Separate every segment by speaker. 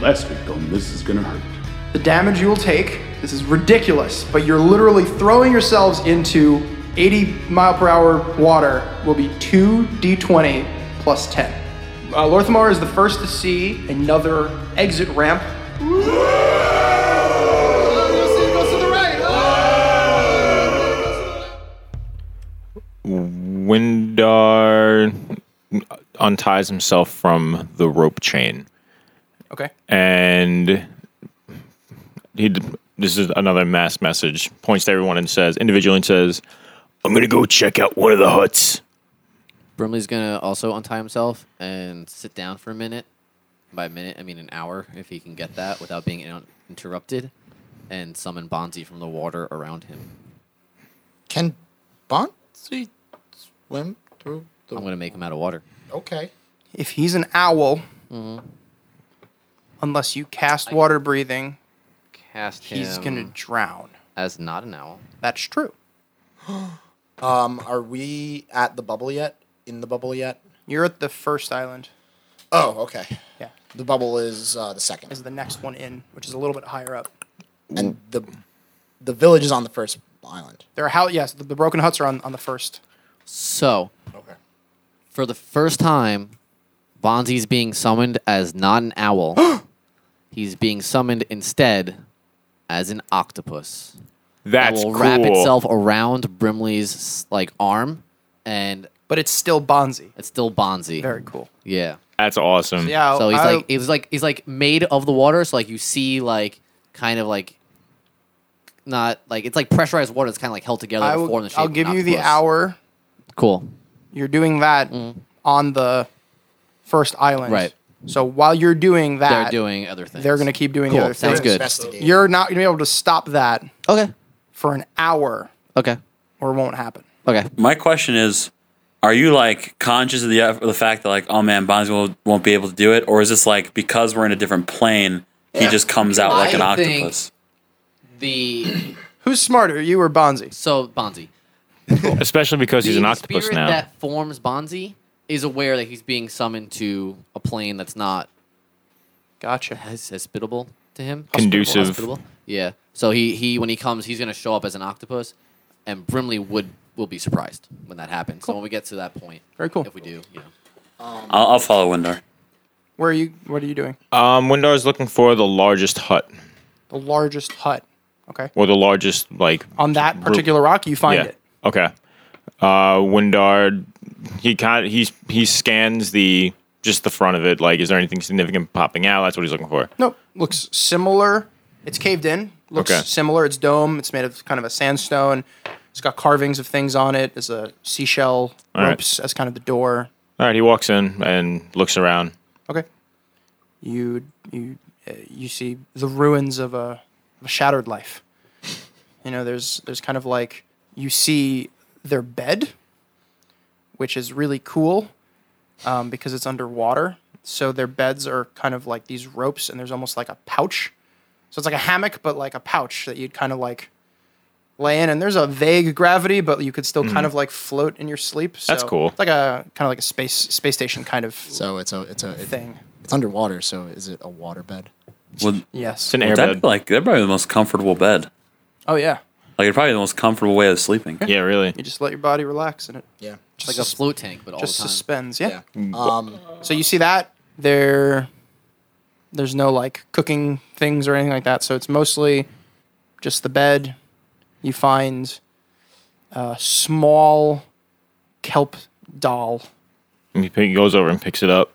Speaker 1: Last week, Dalton, this is gonna hurt.
Speaker 2: The damage you will take, this is ridiculous, but you're literally throwing yourselves into 80 mile per hour water, will be 2d20 plus 10. Uh, Lorthamar is the first to see another exit ramp.
Speaker 3: Windar unties himself from the rope chain,
Speaker 2: Okay.
Speaker 3: and he. d- This is another mass message. Points to everyone and says, individually, and says, "I'm gonna go check out one of the huts."
Speaker 4: Brimley's gonna also untie himself and sit down for a minute. By a minute, I mean an hour, if he can get that without being in- interrupted, and summon Bonzi from the water around him.
Speaker 5: Can Bonzi swim through the
Speaker 4: I'm gonna make him out of water.
Speaker 5: Okay.
Speaker 2: If he's an owl, Mm-hmm. unless you cast water breathing,
Speaker 4: Cast him
Speaker 2: he's gonna drown.
Speaker 4: as not an owl.
Speaker 2: That's true.
Speaker 5: Um, are we at the bubble yet? In the bubble yet?
Speaker 2: You're at the first island.
Speaker 5: Oh, okay.
Speaker 2: Yeah.
Speaker 5: The bubble is uh, the
Speaker 2: Is
Speaker 5: second,
Speaker 2: the next one in, which is a little bit higher up.
Speaker 5: and the the village is on the first island.
Speaker 2: There are how yes, the, the broken huts are on, on the first.
Speaker 4: So,
Speaker 5: Okay.
Speaker 4: for the first time, Bonzi's being summoned as not an owl. He's being summoned instead as an octopus.
Speaker 3: That's
Speaker 4: that will
Speaker 3: cool.
Speaker 4: wrap itself around Brimley's like arm, and
Speaker 2: But it's still Bonzi.
Speaker 4: it's still Bonzi.
Speaker 2: Very cool.
Speaker 4: Yeah.
Speaker 3: That's awesome.
Speaker 2: Yeah.
Speaker 4: So he's
Speaker 2: I-
Speaker 4: like he's like he's like made of the water. So like you see like kind of like not like it's like pressurized water. that's kind of like held together.
Speaker 2: I
Speaker 4: to
Speaker 2: will,
Speaker 4: form the shape
Speaker 2: I'll
Speaker 4: of an
Speaker 2: give you the
Speaker 4: octopus.
Speaker 2: hour.
Speaker 4: Cool.
Speaker 2: You're doing that on the first island.
Speaker 4: Mm. Right.
Speaker 2: So while you're doing that,
Speaker 4: They're doing other things.
Speaker 2: they're gonna keep doing
Speaker 4: Cool,
Speaker 2: the other
Speaker 4: sounds
Speaker 2: things.
Speaker 4: good.
Speaker 5: Investigate.
Speaker 2: You're not gonna be able to stop that
Speaker 4: Okay.
Speaker 2: for an hour,
Speaker 4: Okay.
Speaker 2: or it won't happen.
Speaker 4: Okay.
Speaker 6: My question is, are you like conscious of the of the fact that like, oh man, Bonzi will, won't be able to do it, or is this like because we're in a different plane, he just comes out like an
Speaker 4: I think-
Speaker 6: octopus?
Speaker 4: The
Speaker 2: Who's smarter, you or Bonzi?
Speaker 4: so Bonzi.
Speaker 3: Especially because he's
Speaker 4: the
Speaker 3: an octopus
Speaker 4: spirit
Speaker 3: now.
Speaker 4: that forms Bonzi is aware that he's being summoned to a plane that's not
Speaker 2: Gotcha.
Speaker 4: as hospitable to him.
Speaker 3: Conducive.
Speaker 4: Hospitable. Yeah. So he he when he comes, he's gonna show up as an octopus, and Brimley would will be surprised when that happens. So when we get to that point,
Speaker 2: Very cool.
Speaker 4: If we do, you know.
Speaker 6: I'll, I'll follow Windar.
Speaker 2: Where are you? What are you doing?
Speaker 3: Um, Windar is looking for the largest hut
Speaker 2: The largest hut. Okay.
Speaker 3: or the largest like.
Speaker 2: On that particular rock, you find
Speaker 3: yeah.
Speaker 2: it.
Speaker 3: Okay. Uh, Windar, he kind of, he's he scans the just the front of it. Like, is there anything significant popping out? That's what he's looking for.
Speaker 2: Nope. Looks similar. It's caved in. Looks
Speaker 3: Okay.
Speaker 2: similar. It's dome. It's made of kind of a sandstone. It's got carvings of things on it. There's a seashell
Speaker 3: right.
Speaker 2: ropes as kind of the door.
Speaker 3: All right, he walks in and looks around.
Speaker 2: Okay. You you uh, you see the ruins of a, of a shattered life. You know, there's there's kind of like you see their bed, which is really cool um, because it's underwater. So their beds are kind of like these ropes, and there's almost like a pouch. So it's like a hammock, but like a pouch that you'd kind of like lay in. And there's a vague gravity, but you could still kind of like float in your sleep. So
Speaker 3: Mm-hmm. That's cool.
Speaker 2: It's like a kind of like a space space station kind of
Speaker 5: So it's a it's a it-
Speaker 2: thing.
Speaker 5: it's underwater. So is it a waterbed?
Speaker 6: Would,
Speaker 2: Yes.
Speaker 3: It's an
Speaker 6: would that
Speaker 3: airbed.
Speaker 6: be like that'd probably be the most comfortable bed?
Speaker 2: oh yeah.
Speaker 6: Like it's probably the most comfortable way of sleeping.
Speaker 3: yeah, really.
Speaker 2: You just let your body relax and it
Speaker 5: Yeah.
Speaker 4: It's like a float tank, but all the
Speaker 2: just
Speaker 4: time.
Speaker 2: suspends. Yeah.
Speaker 5: Yeah. Um,
Speaker 2: So you see that there there's no like cooking things or anything like that. So it's mostly just the bed. You find a small kelp doll.
Speaker 3: He pick- he goes over and picks it up.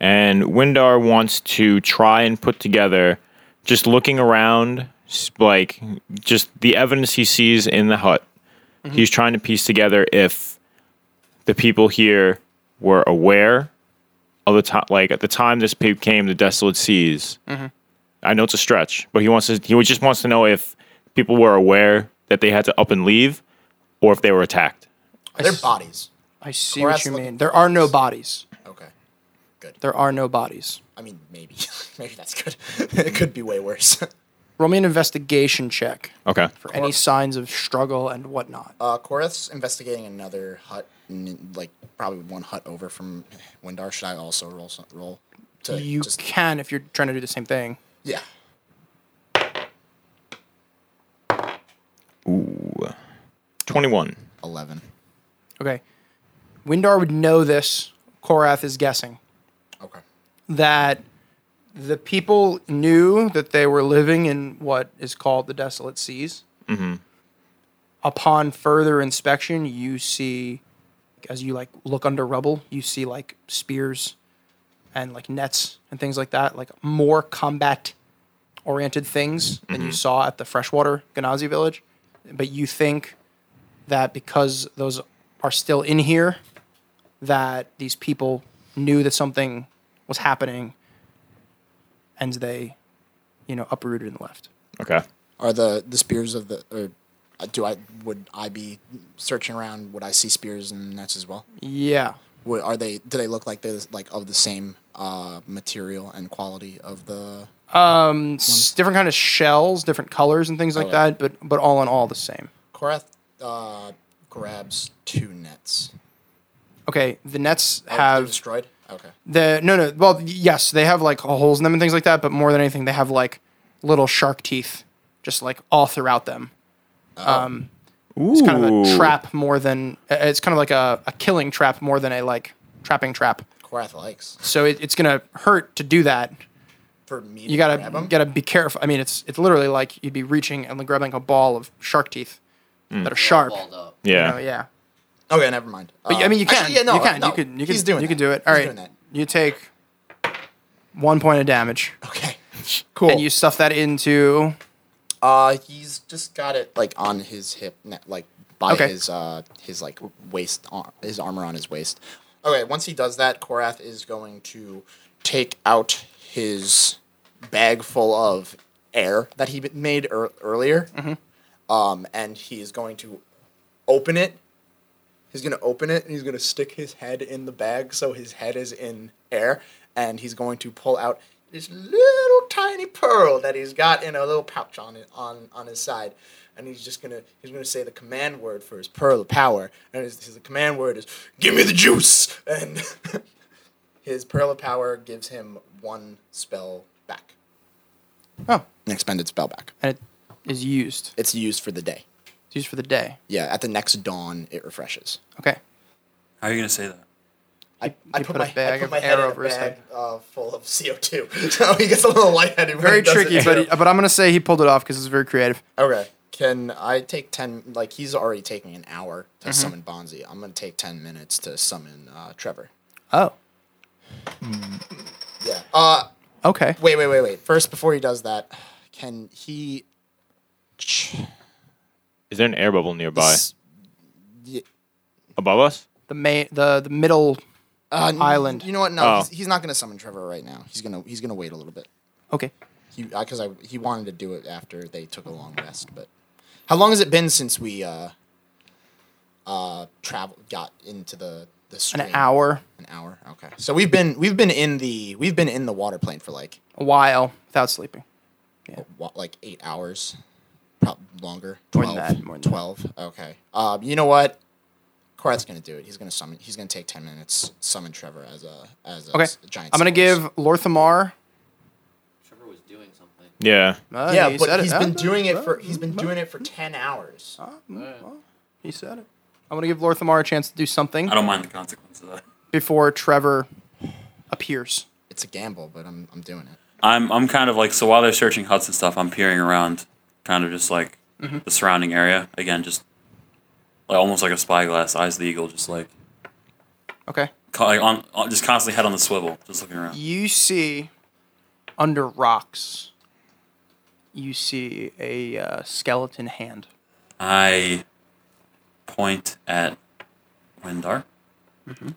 Speaker 3: And Windar wants to try and put together, just looking around, s- like just the evidence he sees in the hut.
Speaker 2: Mm-hmm.
Speaker 3: He's trying to piece together if the people here were aware of the time, like at the time this pe- came, the desolate seas.
Speaker 2: Mm-hmm.
Speaker 3: I know it's a stretch, but he wants to. He just wants to know if people were aware that they had to up and leave, or if they were attacked.
Speaker 5: are there bodies?
Speaker 2: I see
Speaker 5: Or
Speaker 2: what
Speaker 5: that's
Speaker 2: you
Speaker 5: like-
Speaker 2: mean. There are no bodies.
Speaker 5: Okay.
Speaker 2: There are no bodies.
Speaker 5: I mean, maybe maybe that's good. it could be way worse.
Speaker 2: Roll me an investigation check
Speaker 3: Okay.
Speaker 2: for any signs of struggle and whatnot.
Speaker 5: Uh, Koreth's investigating another hut, n- like probably one hut over from Windar. Should I also roll some, roll? to
Speaker 2: You
Speaker 5: just
Speaker 2: can if you're trying to do the same thing.
Speaker 5: yeah.
Speaker 3: Twenty one.
Speaker 7: Eleven.
Speaker 2: Okay. Windar would know this. Korath is guessing
Speaker 5: Okay.
Speaker 2: that the people knew that they were living in what is called the desolate seas. Mm-hmm. Upon further inspection, you see, as you like look under rubble, you see like spears and like nets and things like that, like more combat oriented things than you saw at the freshwater Ganazi village. But you think that because those are still in here, that these people knew that something was happening and they, you know, uprooted and left.
Speaker 3: Okay.
Speaker 5: Are the the spears of the or uh, do I would I be searching around? Would I see spears and nets as well?
Speaker 2: Yeah.
Speaker 5: Would, are they do they look like they're like of the same uh, material and quality of the?
Speaker 2: S- different kind of shells, different colors and things like
Speaker 5: yeah.
Speaker 2: that, but but all in all the same.
Speaker 5: Korath uh, grabs two nets.
Speaker 2: Okay, the nets
Speaker 5: Oh, they're
Speaker 2: have
Speaker 5: destroyed. Okay.
Speaker 2: The no no well yes they have like holes in them and things like that but more than anything they have like little shark teeth just like all throughout them. It's kind of a
Speaker 3: Ooh.
Speaker 2: trap more than uh, it's kind of like a, a killing trap more than a like trapping trap.
Speaker 5: Korath likes
Speaker 2: So it, it's gonna hurt to do that.
Speaker 5: for me.
Speaker 2: You
Speaker 5: grab
Speaker 2: gotta
Speaker 5: 'em?
Speaker 2: gotta be careful. I mean it's it's literally like you'd be reaching and grabbing a ball of shark teeth that are sharp.
Speaker 4: Balled up.
Speaker 3: Yeah.
Speaker 2: Oh yeah.
Speaker 5: Okay, never mind. Um,
Speaker 2: But, I mean, you can.
Speaker 5: Uh, Actually, yeah, no,
Speaker 2: you can.
Speaker 5: no,
Speaker 2: you can. You can.
Speaker 5: he's doing.
Speaker 2: You
Speaker 5: that.
Speaker 2: can do it. All right.
Speaker 5: He's doing that.
Speaker 2: You take one point of damage,
Speaker 5: Okay. Cool.
Speaker 2: and you stuff that into.
Speaker 5: Uh, he's just got it like on his hip, ne- like by
Speaker 2: Okay.
Speaker 5: his uh his like waist, ar- his armor on his waist. Okay, once he does that, Korath is going to take out his bag full of air that he made ear earlier. Um, and he is going to open it. He's going to open it and he's going to stick his head in the bag so his head is in air. And he's going to pull out this little tiny pearl that he's got in a little pouch on it, on, on his side. And he's just gonna he's gonna say the command word for his pearl of power, and his, his command word is "Give me the juice." And his pearl of power gives him one spell back,
Speaker 2: Oh,
Speaker 5: an expended spell back.
Speaker 2: and it is used.
Speaker 5: It's used for the day.
Speaker 2: It's used for the day.
Speaker 5: Yeah, at the next dawn it refreshes.
Speaker 2: Okay.
Speaker 6: How are you gonna say that?
Speaker 5: I, I put,
Speaker 2: put a
Speaker 5: my, I
Speaker 2: bag
Speaker 5: put
Speaker 2: of
Speaker 5: my
Speaker 2: air
Speaker 5: head
Speaker 2: over
Speaker 5: over in a
Speaker 2: his
Speaker 5: bag
Speaker 2: head.
Speaker 5: uh, full of CO2. so he gets a little lightheaded. when
Speaker 2: Very
Speaker 5: he does
Speaker 2: tricky,
Speaker 5: it.
Speaker 2: but but I'm gonna say he pulled it off because it's very creative.
Speaker 5: Okay. Can I take 10? Like, he's already taking an hour
Speaker 2: Mm-hmm.
Speaker 5: to summon Bonzi. I'm going to take 10 minutes to summon uh, Trevor.
Speaker 2: Oh.
Speaker 5: Yeah. Uh,
Speaker 2: Okay.
Speaker 5: wait, wait, wait, wait. First, before he does that, can he. Ch-
Speaker 3: Is there an air bubble nearby?
Speaker 5: s- y-
Speaker 3: Above us?
Speaker 2: The main the the middle.
Speaker 5: uh, n-
Speaker 2: Island.
Speaker 5: You know what? No,
Speaker 3: Oh.
Speaker 5: he's, he's not going to summon Trevor right now. He's going to he's gonna wait a little bit.
Speaker 2: Okay.
Speaker 5: He Because I, he wanted to do it after they took a long rest. But how long has it been since we uh, uh, travel got into the, the
Speaker 2: An
Speaker 5: stream?
Speaker 2: hour,
Speaker 5: An hour. Okay. So we've been we've been in the we've been in the water plane for like
Speaker 2: a while without sleeping.
Speaker 5: what, like eight hours, probably longer.
Speaker 2: More
Speaker 5: Twelve.
Speaker 2: than that, more than that.
Speaker 5: Twelve. Okay. Um, you know what? Korath's gonna do it. He's gonna summon. He's gonna take ten minutes. Summon Trevor as a as a
Speaker 2: Okay.
Speaker 5: s- giant.
Speaker 2: I'm gonna give
Speaker 5: summoners.
Speaker 2: Lorthamar.
Speaker 4: Trevor was doing something.
Speaker 3: Yeah.
Speaker 2: Uh,
Speaker 5: Yeah,
Speaker 2: he said
Speaker 5: but he's
Speaker 2: Uh,
Speaker 5: been doing it for he's been doing it for ten hours.
Speaker 2: He said it. I'm gonna give Lorthamar a chance to do something
Speaker 6: I don't mind the consequence of that.
Speaker 2: before Trevor appears.
Speaker 5: It's a gamble, but I'm I'm doing it.
Speaker 6: I'm I'm kind of like so while they're searching huts and stuff, I'm peering around, kind of just like the surrounding area again, just like almost like a spyglass, eyes of the eagle, just like,
Speaker 2: Okay.
Speaker 6: co- like on, on just constantly head on the swivel, just looking around.
Speaker 2: You see under rocks. You see a uh, skeleton hand.
Speaker 6: I point at Windar
Speaker 5: Mm-hmm.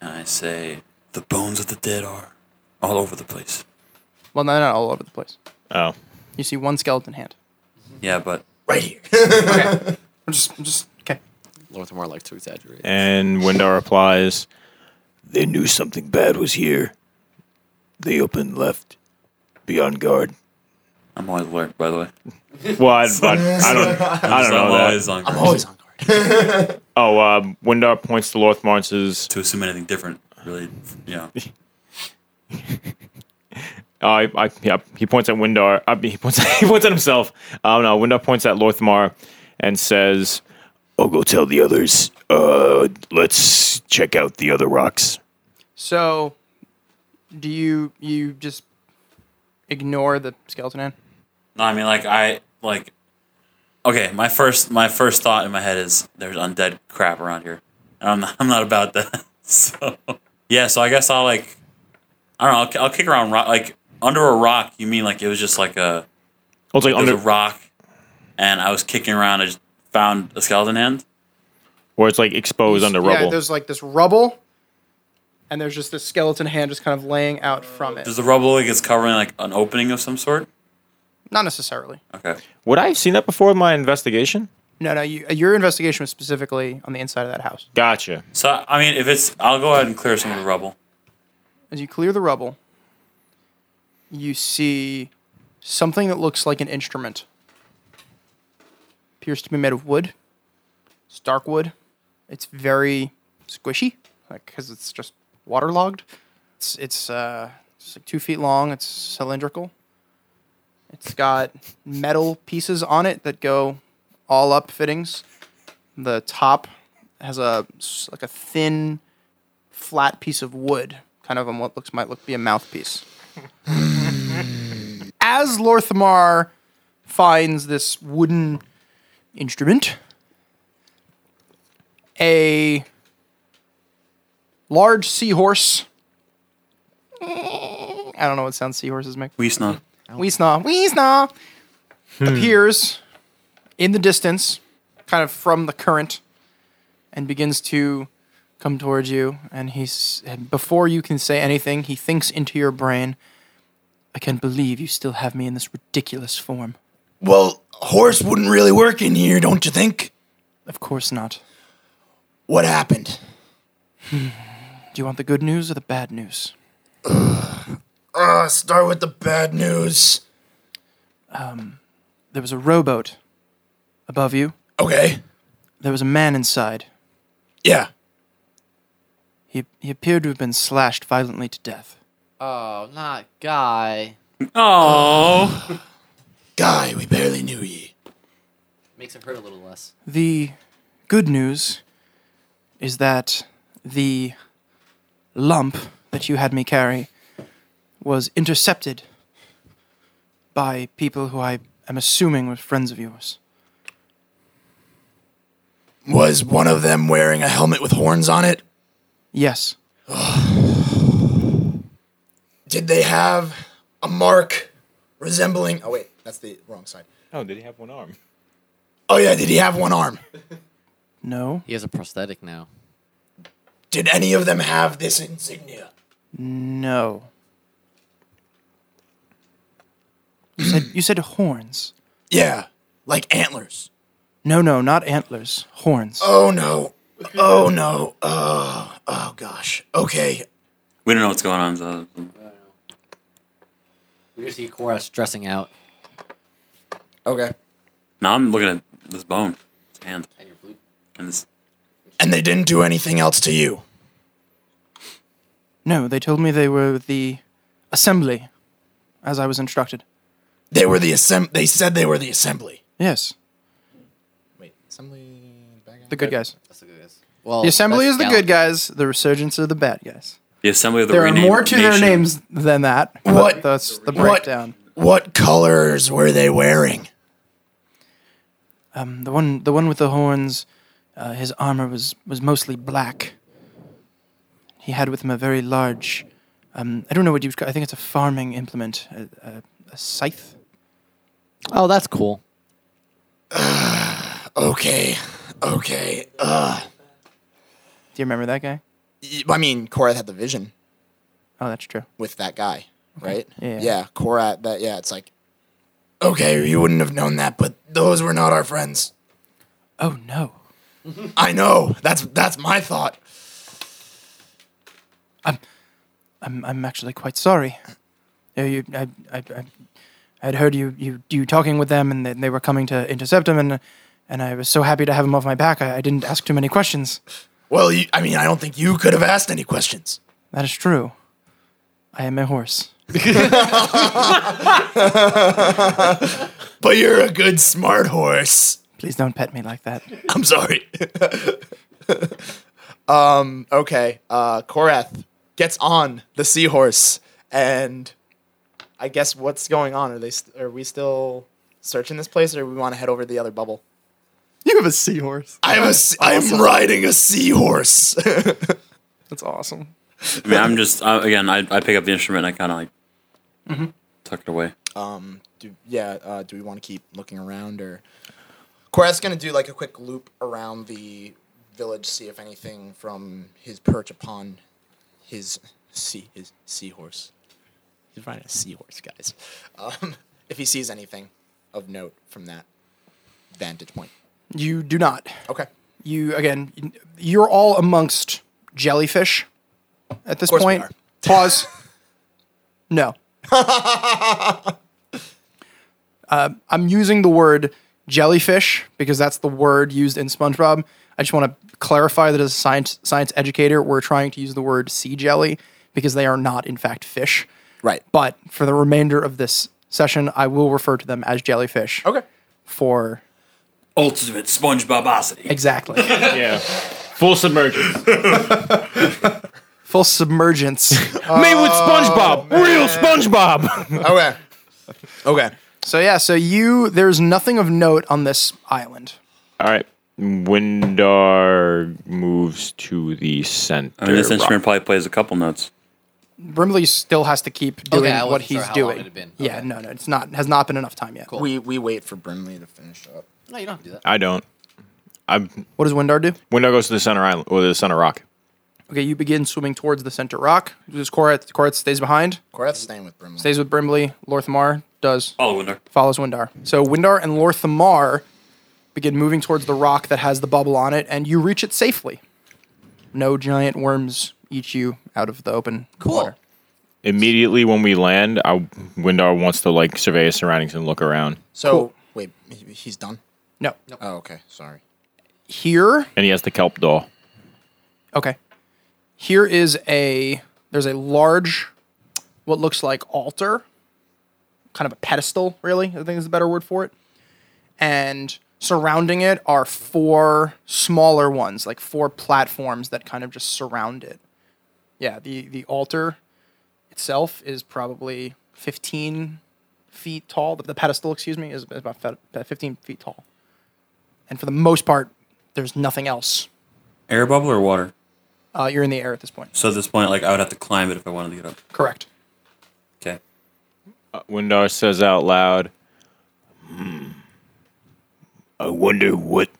Speaker 6: and I say, "The bones of the dead are all over the place."
Speaker 2: Well, no, not all over the place.
Speaker 3: Oh.
Speaker 2: You see one skeleton hand.
Speaker 6: Yeah, but
Speaker 5: Right here.
Speaker 2: Okay. I'm just, I'm just okay.
Speaker 4: Lorthamar likes to exaggerate.
Speaker 3: And Windar replies, They knew something bad was here. They up and left. Be on guard.
Speaker 6: I'm always alert, by the way.
Speaker 3: Well, I, but I don't, I don't know
Speaker 6: I'm
Speaker 3: that.
Speaker 6: always on guard.
Speaker 5: Always on guard.
Speaker 3: Oh, uh, Windar points to Lorthmar and says,
Speaker 6: to assume anything different, really, yeah.
Speaker 3: Uh, I, I, yeah, he points at Windar. Uh, he points. he points at himself. Um, no, Windar points at Lorthmar and says, "I'll go tell the others. Uh, let's check out the other rocks."
Speaker 2: So, do you you just ignore the skeleton hand?
Speaker 6: No, I mean like I like. Okay, my first my first thought in my head is there's undead crap around here, and I'm not, I'm not about that. So yeah, so I guess I'll like, I don't know. I'll, ki- I'll kick around rock like under a rock. You mean like it was just like a
Speaker 3: Well, Oh, it's like
Speaker 6: it was
Speaker 3: under,
Speaker 6: a rock, and I was kicking around. I just found a skeleton hand.
Speaker 3: where it's like exposed under
Speaker 2: Yeah,
Speaker 3: rubble.
Speaker 2: there's like this rubble, and there's just this skeleton hand just kind of laying out from it.
Speaker 6: Does the rubble like it's covering like an opening of some sort?
Speaker 2: Not necessarily.
Speaker 6: Okay.
Speaker 3: Would I have seen that before in my investigation?
Speaker 2: No, no. You, uh, your investigation was specifically on the inside of that house.
Speaker 3: Gotcha.
Speaker 6: So I mean, if it's, I'll go ahead and clear some of the rubble.
Speaker 2: As you clear the rubble, you see something that looks like an instrument. Appears to be made of wood. It's dark wood. It's very squishy, like because it's just waterlogged. It's it's uh, it's like two feet long. It's cylindrical. It's got metal pieces on it that go all up fittings. The top has a s- like a thin flat piece of wood, kind of on what looks might look be a mouthpiece. As Lorthmar finds this wooden instrument, a large seahorse. I don't know what sound seahorses make.
Speaker 6: We snuck.
Speaker 2: Weesnaw, Weesnaw appears in the distance, kind of from the current, and begins to come towards you. And he's and before you can say anything, he thinks into your brain, "I can't believe you still have me in this ridiculous form."
Speaker 7: Well, a horse wouldn't really work in here, don't you think?
Speaker 2: Of course not.
Speaker 7: What happened?
Speaker 2: Do you want the good news or the bad news?
Speaker 7: Uh, start with the bad news.
Speaker 2: There was a rowboat above you.
Speaker 7: Okay.
Speaker 2: There was a man inside.
Speaker 7: Yeah.
Speaker 2: He, he appeared to have been slashed violently to death.
Speaker 4: Oh, not guy.
Speaker 6: Oh,
Speaker 7: Guy, we barely knew ye.
Speaker 4: Makes it hurt a little less.
Speaker 2: The good news is that the lump that you had me carry was intercepted by people who I am assuming were friends of yours.
Speaker 7: Was one of them wearing a helmet with horns on it?
Speaker 2: Yes,
Speaker 7: Did they have a mark resembling. Oh, wait, that's the wrong side.
Speaker 3: Oh, did he have one arm?
Speaker 7: Oh, yeah, did he have one arm?
Speaker 2: no,
Speaker 4: He has a prosthetic now.
Speaker 7: Did any of them have this insignia?
Speaker 2: no. You said, you said horns.
Speaker 7: Yeah, like antlers.
Speaker 2: No, no, not antlers. Horns.
Speaker 7: Oh, no. Oh, no. Oh, oh, gosh. Okay.
Speaker 6: we don't know what's going on. So.
Speaker 4: We just see Cora stressing out.
Speaker 5: Okay.
Speaker 6: Now I'm looking at this bone, this hand,
Speaker 4: And your blue.
Speaker 6: and this.
Speaker 7: And they didn't do anything else to you.
Speaker 2: No, they told me they were with the assembly, as I was instructed.
Speaker 7: They were the assemb. They said they were the assembly.
Speaker 2: Yes,
Speaker 5: Wait. Assembly. Back
Speaker 2: the good guys.
Speaker 4: That's the good guys. Well,
Speaker 2: The assembly
Speaker 4: that's
Speaker 2: is the
Speaker 4: Gallop.
Speaker 2: good guys. The resurgence are the bad guys.
Speaker 6: The assembly of the
Speaker 2: There are
Speaker 6: renamed
Speaker 2: more to their
Speaker 6: nation.
Speaker 2: names than that. but
Speaker 7: What-
Speaker 2: That's the
Speaker 7: what-
Speaker 2: breakdown.
Speaker 7: What colors were they wearing?
Speaker 2: The one, the one with the horns, uh, his armor was was mostly black. He had with him a very large. Um, I don't know what you. would ca- I think it's a farming implement, a, a, a scythe.
Speaker 4: Oh, that's cool.
Speaker 7: Okay, okay. Uh,
Speaker 2: Do you remember that guy?
Speaker 5: Y- I mean, Korath had the vision
Speaker 2: Oh, that's true.
Speaker 5: with that guy, right?
Speaker 2: Yeah.
Speaker 5: Yeah. Korath. That. Yeah. It's like.
Speaker 7: okay, you wouldn't have known that, but those were not our friends.
Speaker 2: Oh no,
Speaker 7: I know. That's that's my thought.
Speaker 2: I'm I'm actually quite sorry. Uh, you, I I I had heard you you you talking with them, and they, they were coming to intercept him, and and I was so happy to have him off my back. I, I didn't ask too many questions.
Speaker 7: Well, you, I mean, I don't think you could have asked any questions.
Speaker 2: That is true. I am a horse.
Speaker 5: But you're a good smart horse.
Speaker 2: Please don't pet me like that.
Speaker 5: I'm sorry. um, okay. Uh, Korath gets on the seahorse, and I guess what's going on? Are they? St- are we still searching this place, or we want to head over to the other bubble?
Speaker 2: You have a seahorse.
Speaker 5: I'm a. I'm riding a seahorse.
Speaker 2: That's awesome.
Speaker 6: I mean, I'm just I, again. I, I pick up the instrument. and I kind of like
Speaker 2: Mm-hmm.
Speaker 6: tuck it away.
Speaker 5: do, yeah. Uh, do we want to keep looking around, or Korath's gonna do like a quick loop around the village, see if anything from his perch upon his sea his seahorse. He's riding a seahorse, guys. Um, if he sees anything of note from that vantage point.
Speaker 2: You do not.
Speaker 5: Okay.
Speaker 2: You again. You're all amongst jellyfish at this
Speaker 5: course we
Speaker 2: point.
Speaker 5: are.
Speaker 2: Pause. no. uh, I'm using the word jellyfish because that's the word used in SpongeBob. I just want to clarify that as a science science educator, we're trying to use the word sea jelly because they are not in fact fish.
Speaker 5: Right.
Speaker 2: But for the remainder of this session, I will refer to them as jellyfish.
Speaker 5: Okay.
Speaker 2: For
Speaker 6: Ultimate SpongeBobosity.
Speaker 2: exactly.
Speaker 3: Yeah. Full submergence.
Speaker 2: full submergence.
Speaker 3: Made with SpongeBob. Real SpongeBob.
Speaker 5: Okay. okay.
Speaker 2: so yeah, so you there's nothing of note on this island.
Speaker 3: All right. Windar moves to the center.
Speaker 6: I mean, this
Speaker 3: rock.
Speaker 6: instrument probably plays a couple notes.
Speaker 2: Brimley still has to keep doing
Speaker 4: I wasn't
Speaker 2: what
Speaker 4: sure
Speaker 2: he's
Speaker 4: how long
Speaker 2: doing.
Speaker 4: it had been.
Speaker 2: Yeah,
Speaker 4: Okay.
Speaker 2: no, no, it's not has not been enough time yet.
Speaker 5: We we wait for Brimley to finish up.
Speaker 4: No, you don't have to do that.
Speaker 3: I don't. I'm
Speaker 2: What does Windar do?
Speaker 3: Windar goes to the center island or the center rock.
Speaker 2: Okay, you begin swimming towards the center rock. Does Korath Korath stays behind?
Speaker 5: Korath's staying with Brimley.
Speaker 2: Stays with Brimley. Lorthamar does
Speaker 6: All winter.
Speaker 2: follows Windar. So Windar and Lorthamar begin moving towards the rock that has the bubble on it, and you reach it safely. No giant worms eat you out of the open
Speaker 4: Cool.
Speaker 2: water.
Speaker 3: Immediately when we land, I, Windar wants to like survey his surroundings and look around,
Speaker 5: so
Speaker 2: Cool.
Speaker 5: wait, he- he's done.
Speaker 2: No.
Speaker 5: Oh, okay. Sorry.
Speaker 2: Here
Speaker 3: and he has the kelp doll.
Speaker 2: Okay. Here is a there's a large what looks like altar, kind of a pedestal, really, I think is the better word for it. And surrounding it are four smaller ones, like four platforms that kind of just surround it. Yeah, the the altar itself is probably 15 feet tall. The, the pedestal, excuse me, is about fe- about 15 feet tall. And for the most part, there's nothing else.
Speaker 6: Air bubble or water?
Speaker 2: Uh, you're in the air at this point.
Speaker 6: So at this point, like I would have to climb it if I wanted to get up.
Speaker 2: Correct.
Speaker 6: Okay.
Speaker 3: Uh, Windar says out loud, hmm, I wonder what.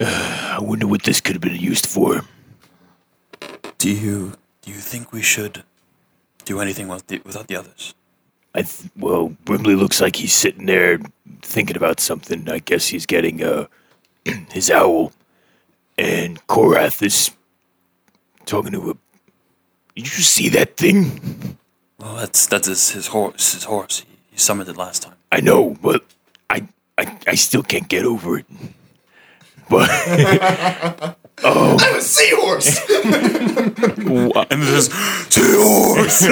Speaker 3: I wonder what this could have been used for.
Speaker 6: Do you do you think we should do anything with the, without the others?
Speaker 8: I th- well, Brimley looks like he's sitting there thinking about something. I guess he's getting uh his owl, and Korath is talking to a. Did you see that thing?
Speaker 6: Well, that's that's his, his horse. His horse. He, he summoned it last time.
Speaker 8: I know, but I I, I still can't get over it. But
Speaker 5: I'm a seahorse.
Speaker 6: And there's horse.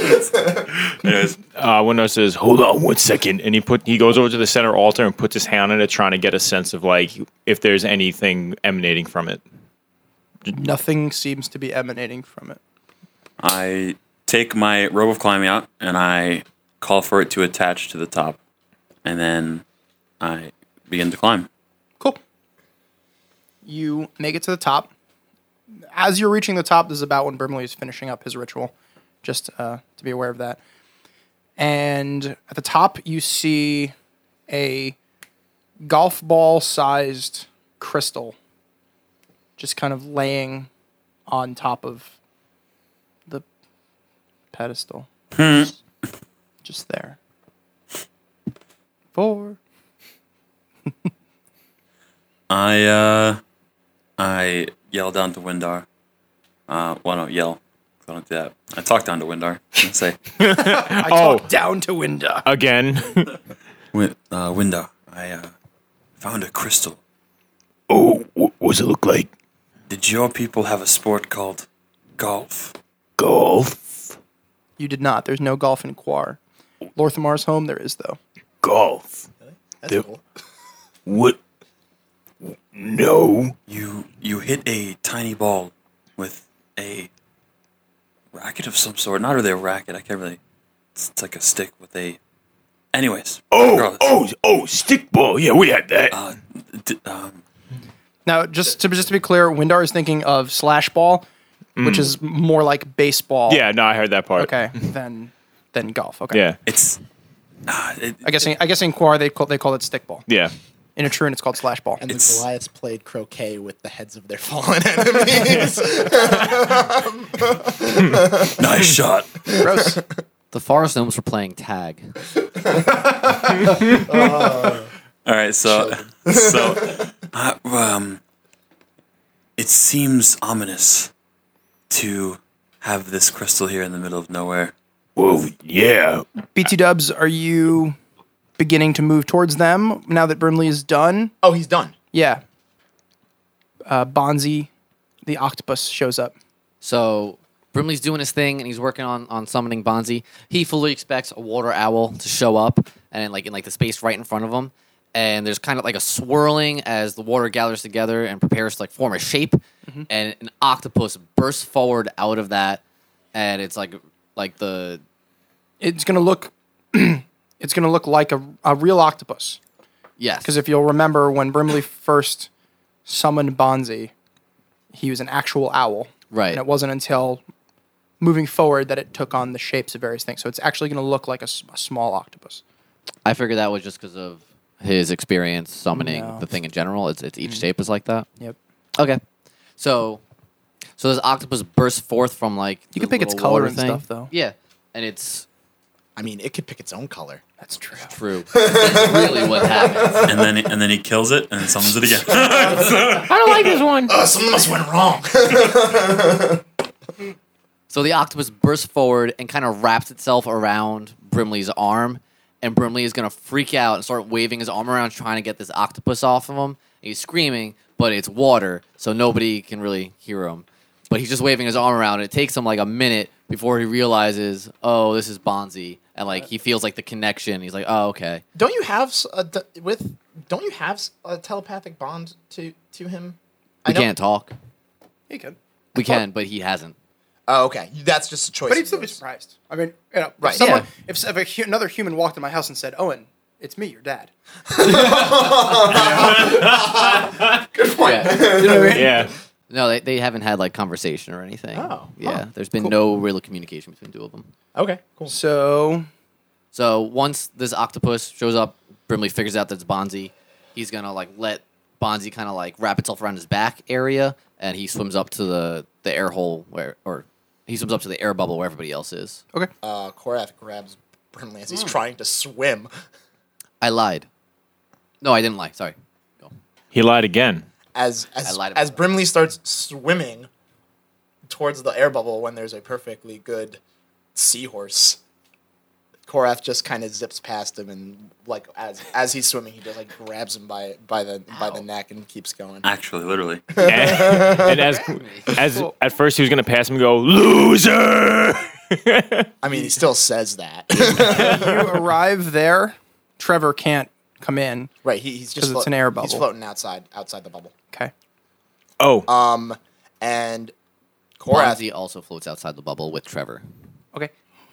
Speaker 6: Anyways,
Speaker 3: Uh, Windar says, "Hold on one second. and he put he goes over to the center altar and puts his hand on it, trying to get a sense of like if there's anything emanating from it.
Speaker 2: Nothing seems to be emanating from it.
Speaker 6: I take my rope of climbing out and I call for it to attach to the top, and then I begin to climb.
Speaker 2: Cool. You make it to the top. As you're reaching the top, this is about when Brimley is finishing up his ritual, just uh, to be aware of that. And at the top, you see a golf ball sized crystal just kind of laying on top of the pedestal. just there. Four.
Speaker 6: I uh, I yell down to Windar. Uh, well, I don't yell. I don't do that. I talk down to Windar and say,
Speaker 3: oh,
Speaker 2: Down to Winda.
Speaker 3: again.
Speaker 6: Win- uh, "Windar, I uh, found a crystal.
Speaker 8: oh, what does it look like?
Speaker 6: Did your people have a sport called golf?"
Speaker 8: Golf?
Speaker 2: You did not. There's no golf in Quar. Lorthamar's home, there is, though.
Speaker 8: Golf.
Speaker 7: That's
Speaker 8: The-
Speaker 7: cool.
Speaker 8: What? No.
Speaker 6: You you hit a tiny ball with a racket of some sort. Not really a racket. I can't really. It's, it's like a stick with a. Anyways.
Speaker 8: Oh,
Speaker 6: regardless,
Speaker 8: oh, oh, stickball. Yeah, we had that.
Speaker 6: Uh, d- um,
Speaker 2: Now, just to, just to be clear, Windar is thinking of slash ball, which is more like baseball.
Speaker 3: Mm. Yeah, no, I heard that part.
Speaker 2: Okay. Than than golf. Okay.
Speaker 3: Yeah,
Speaker 6: it's. Uh, it,
Speaker 2: I guess in, I guess in Quar they call they call it stickball.
Speaker 3: yeah.
Speaker 2: In Etrun, it's called slash ball.
Speaker 5: And the
Speaker 6: It's-
Speaker 5: Goliaths played croquet with the heads of their fallen enemies.
Speaker 6: nice shot.
Speaker 2: Gross.
Speaker 4: The forest gnomes were playing tag.
Speaker 6: All right, so so I um, it seems ominous to have this crystal here in the middle of nowhere.
Speaker 8: Well, yeah.
Speaker 2: BT Dubs, are you beginning to move towards them now that Brimley is done?
Speaker 5: oh, he's done.
Speaker 2: Yeah. Uh, Bonzi, the octopus, shows up.
Speaker 4: So Brimley's doing his thing and he's working on, on summoning Bonzi. He fully expects a water owl to show up and like in like the space right in front of him. And there's kind of like a swirling as the water gathers together and prepares to like form a shape. And an octopus bursts forward out of that, and it's like like the
Speaker 2: It's gonna look, it's gonna look like a, a real octopus.
Speaker 4: yes
Speaker 2: Because if you'll remember, when Brimley first summoned Bonzi, he was an actual owl.
Speaker 4: Right.
Speaker 2: And it wasn't until moving forward that it took on the shapes of various things. So it's actually going to look like a, s- a small octopus.
Speaker 4: I figured that was just because of his experience summoning
Speaker 2: No.
Speaker 4: the thing in general. It's, it's each shape is like that.
Speaker 2: Yep.
Speaker 4: Okay. So, so this octopus bursts forth from like
Speaker 2: You
Speaker 4: the
Speaker 2: can pick its
Speaker 4: little
Speaker 2: color
Speaker 4: water
Speaker 2: and
Speaker 4: thing.
Speaker 2: stuff, though.
Speaker 4: Yeah, and it's
Speaker 5: I mean, it could pick its own color.
Speaker 2: That's true.
Speaker 4: true. That's really what happened.
Speaker 6: And then and then he kills it and then summons it again.
Speaker 7: Uh, something must went wrong.
Speaker 4: So the octopus bursts forward and kind of wraps itself around Brimley's arm, and Brimley is gonna freak out and start waving his arm around, trying to get this octopus off of him. He's screaming, but it's water, so nobody can really hear him. But he's just waving his arm around. and It takes him like a minute before he realizes, oh, this is Bonzi, and like he feels like the connection. He's like, oh, okay.
Speaker 5: Don't you have s- a d- with? Don't you have s- a telepathic bond to to him?
Speaker 4: We
Speaker 5: I know-
Speaker 4: can't talk.
Speaker 2: He could.
Speaker 4: We can, but he hasn't.
Speaker 5: Oh, okay. That's just a choice.
Speaker 2: But he'd
Speaker 5: of
Speaker 2: still be
Speaker 5: yours.
Speaker 2: surprised. I mean, you know,
Speaker 5: Right.
Speaker 2: if, someone,
Speaker 4: Yeah.
Speaker 2: if, s- if a, hu- another human walked in my house and said, Owen, it's me, your dad.
Speaker 4: Yeah.
Speaker 3: Yeah.
Speaker 4: No, they, they haven't had like conversation or anything.
Speaker 5: Oh,
Speaker 4: yeah.
Speaker 5: huh.
Speaker 4: There's been no real communication between two of them.
Speaker 5: Okay, cool.
Speaker 2: So
Speaker 4: So once this octopus shows up, Brimley figures out that it's Bonzi. He's gonna like let Bonzi kind of like wrap itself around his back area, and he swims up to the the air hole where, or he swims up to the air bubble where everybody else is.
Speaker 2: Okay.
Speaker 5: Uh, Korath grabs Brimley as he's trying to swim.
Speaker 4: I lied. No, I didn't lie. Sorry. Go.
Speaker 3: He lied again.
Speaker 5: As as
Speaker 4: lied about
Speaker 5: as
Speaker 4: that.
Speaker 5: Brimley starts swimming towards the air bubble when there's a perfectly good seahorse. Korath just kind of zips past him and like as as he's swimming, he just like grabs him by by the by the neck and keeps going.
Speaker 6: Actually, literally.
Speaker 3: and as as at first he was gonna pass him and go loser.
Speaker 5: I mean, he still says that,
Speaker 2: you arrive there. Trevor can't come in.
Speaker 5: right? He, he's just
Speaker 2: 'Cause it's an
Speaker 5: float-
Speaker 2: air
Speaker 5: He's
Speaker 2: bubble.
Speaker 5: floating outside outside the bubble,
Speaker 2: Okay.
Speaker 3: Oh,
Speaker 5: and Korath
Speaker 4: Bonzi also floats outside the bubble with Trevor.
Speaker 2: Okay.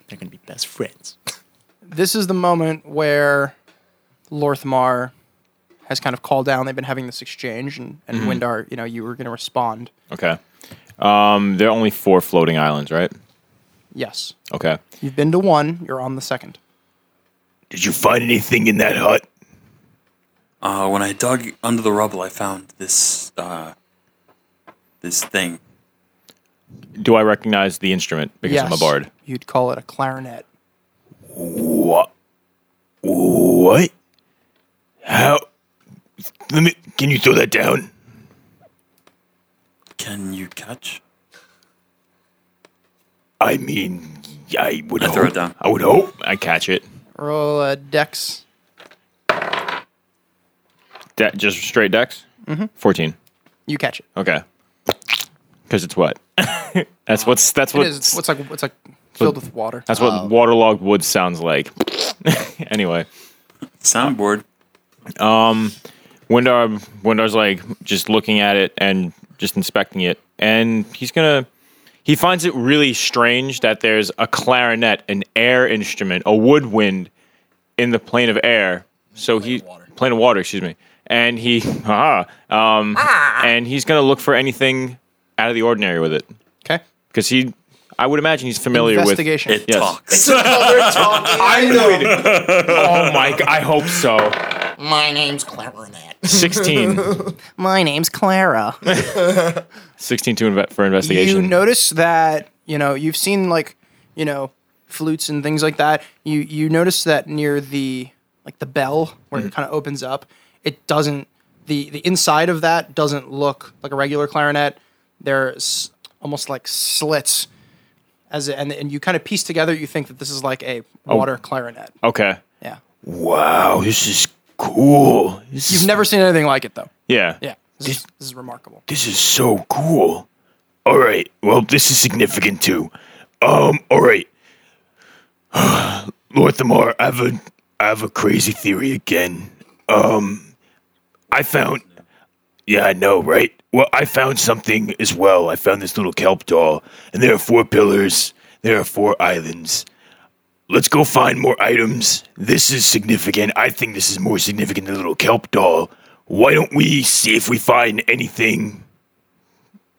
Speaker 5: they're gonna be best friends.
Speaker 2: this is the moment where Lorthmar has kind of called down. They've been having this exchange, and, and
Speaker 3: Mm-hmm.
Speaker 2: Windar, you know, you were going to respond.
Speaker 3: okay. Um, there are only four floating islands, right?
Speaker 2: Yes.
Speaker 3: Okay.
Speaker 2: You've been to one, you're on the second.
Speaker 8: Did you find anything in that hut?
Speaker 6: Uh, when I dug under the rubble, I found this uh, this thing.
Speaker 3: Do I recognize the instrument because
Speaker 2: yes.
Speaker 3: I'm a bard?
Speaker 2: You'd call it a clarinet.
Speaker 8: What? What? How? Let me. Can you throw that down?
Speaker 6: Can you catch?
Speaker 8: I mean, I would.
Speaker 6: I
Speaker 8: hope,
Speaker 6: throw it down.
Speaker 8: I would hope.
Speaker 3: I catch it.
Speaker 2: Roll a dex.
Speaker 3: De- just straight decks. Mm-hmm. Fourteen.
Speaker 2: You catch it.
Speaker 3: Okay. Because it's what? that's what's that's
Speaker 2: It
Speaker 3: what
Speaker 2: is. It's, it's like it's like filled with water.
Speaker 3: That's what waterlogged wood sounds like. anyway,
Speaker 6: Soundboard.
Speaker 3: Windar Windar's like just looking at it and just inspecting it, and he's gonna. He finds it really strange that there's a clarinet, an air instrument, a woodwind in the plane of air. So he plane of water, excuse me, and he ah, um,
Speaker 2: Ah.
Speaker 3: and he's gonna look for anything out of the ordinary with it
Speaker 2: Okay.
Speaker 3: because he. I would imagine he's familiar with.
Speaker 2: Investigation.
Speaker 6: It
Speaker 3: Yes.
Speaker 6: talks.
Speaker 5: I know.
Speaker 3: Oh my! g- I hope so.
Speaker 5: My name's Clarinet.
Speaker 3: Sixteen.
Speaker 2: My name's Clara.
Speaker 3: 16 to inve- for investigation.
Speaker 2: you notice that you know you've seen like you know flutes and things like that you you notice that near the like the bell where
Speaker 8: Mm-hmm.
Speaker 2: it kind of opens up it doesn't the the inside of that doesn't look like a regular clarinet there's almost like slits as a, and and you kind of piece together you think that this is like a
Speaker 8: Oh.
Speaker 2: water clarinet
Speaker 3: okay.
Speaker 2: yeah
Speaker 8: Wow, this is cool. This
Speaker 2: you've
Speaker 8: is,
Speaker 2: never seen anything like it though
Speaker 3: Yeah.
Speaker 2: yeah this, is, this is remarkable
Speaker 8: this is so cool. All right. Well, this is significant too. Um. All right. Lord Thamar, I have a I have a crazy theory again. Um, I found. Yeah, I know, right? Well, I found something as well. I found this little kelp doll, and there are four pillars. There are four islands. Let's go find more items. This is significant. I think this is more significant than the little kelp doll. Why don't we see if we find anything,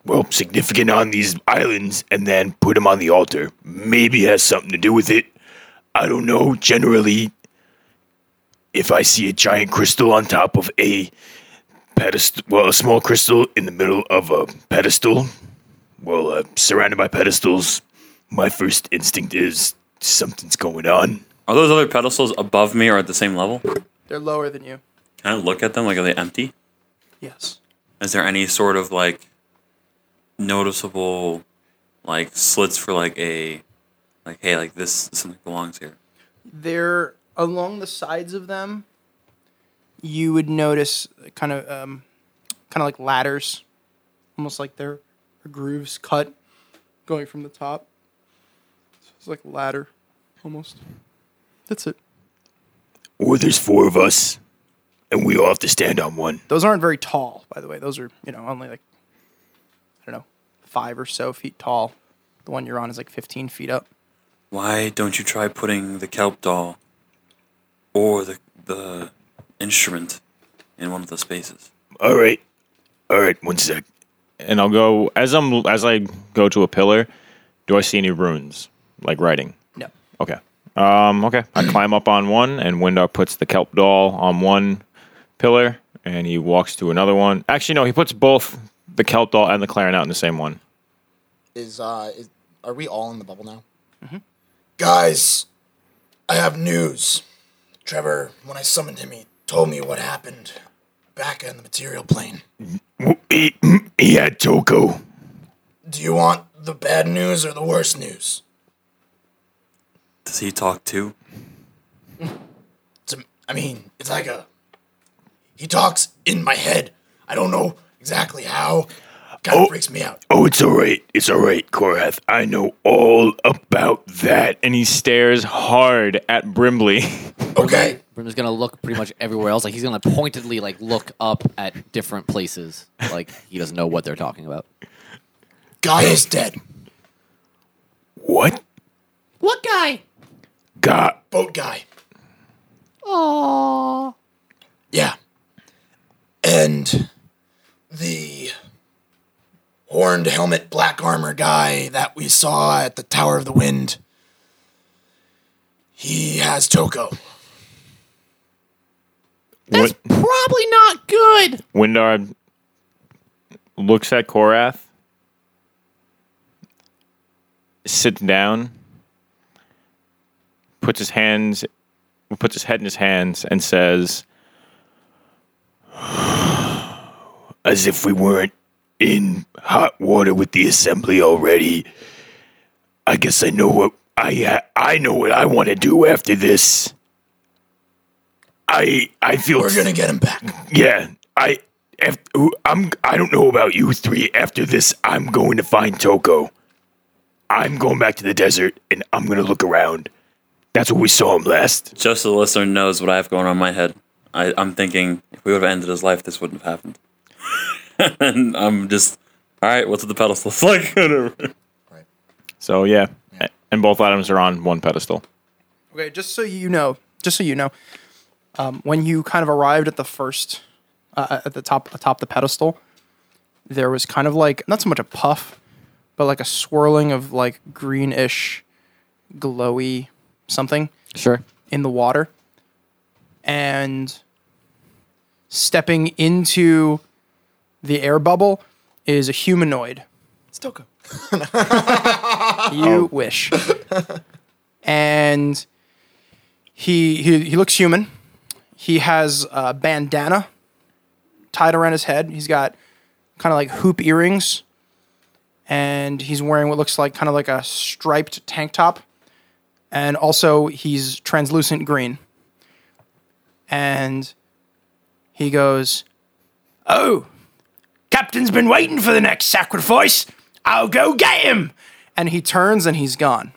Speaker 8: well, significant on these islands and then put them on the altar? Maybe it has something to do with it. I don't know. Generally, if I see a giant crystal on top of a pedestal, well, a small crystal in the middle of a pedestal, well, uh, surrounded by pedestals, my first instinct is something's going on.
Speaker 6: Are those other pedestals above me or at the same level? Can
Speaker 2: they're lower than you
Speaker 6: I look at them? Like, are they empty?
Speaker 2: yes
Speaker 6: Is there any sort of like noticeable like slits for like a like hey like this something belongs here?
Speaker 2: they're along the sides of them you would notice kind of um, kind of like ladders almost like they're grooves cut going from the top so it's like ladder almost that's it
Speaker 8: Or there's four of us, and we all have to stand on one.
Speaker 2: those aren't very tall by the way those are you know only like i don't know five or so feet tall the one you're on is like 15 feet up
Speaker 6: Why don't you try putting the kelp doll or the the instrument in one of the spaces?
Speaker 8: All right, all right. One sec.
Speaker 3: And I'll go as I'm as I go to a pillar, do I see any runes like writing?
Speaker 2: no
Speaker 3: Okay. Um okay. I climb up on one and Windar puts the kelp doll on one pillar and he walks to another one. Actually no, he puts both the kelp doll and the clarinet in the same one.
Speaker 5: Is uh, is, are we all in the bubble now?
Speaker 7: Guys, I have news. Trevor, when I summoned him, he told me what happened back in the material plane.
Speaker 8: He, he had Toko.
Speaker 7: Do you want the bad news or the worst news?
Speaker 6: Does he talk too?
Speaker 7: It's a, I mean, it's like a. He talks in my head. I don't know exactly how. Kind of freaks me out.
Speaker 8: Oh, it's all right. It's all right, Korath. I know all about that.
Speaker 3: And he stares hard at Brimley.
Speaker 7: Okay.
Speaker 4: Brim's gonna look pretty much everywhere else. Like he's gonna pointedly like look up at different places. Like he doesn't know what they're talking about.
Speaker 7: Guy is dead.
Speaker 8: What?
Speaker 4: What guy?
Speaker 8: God.
Speaker 7: Boat guy.
Speaker 4: Oh,
Speaker 7: Yeah. And the horned helmet, black armor guy that we saw at the Tower of the Wind. He has Toko.
Speaker 4: that's probably not good.
Speaker 3: Windar looks at Korath, sits down, puts his hands, puts his head in his hands, and says,
Speaker 8: As if we weren't in hot water with the assembly already. I guess I know what I ha- I know what I want to do after this. I I feel
Speaker 7: We're gonna get him back.
Speaker 8: Yeah, I, if, I'm. I don't know about you three. After this, I'm going to find Toko. I'm going back to the desert and I'm going to look around. That's where we saw him last.
Speaker 6: Just so the listener knows what I have going on in my head, I, I'm thinking if we would have ended his life, this wouldn't have happened. and I'm just, all right, what's what the pedestal's like? Whatever.
Speaker 3: So yeah. A- and both items are on one pedestal.
Speaker 2: Okay, just so you know, just so you know, um, when you kind of arrived at the first, uh, at the top, atop the pedestal, there was kind of like not so much a puff, but like a swirling of like greenish, glowy something
Speaker 4: Sure.
Speaker 2: in the water, and stepping into the air bubble is a humanoid.
Speaker 5: Stoko.
Speaker 2: You wish. and he, he he looks human. He has a bandana tied around his head. He's got kind of like hoop earrings, and he's wearing what looks like kind of like a striped tank top, and also he's translucent green. And he goes, "Oh, Captain's been waiting for the next sacrifice. I'll go get him." And he turns and he's gone.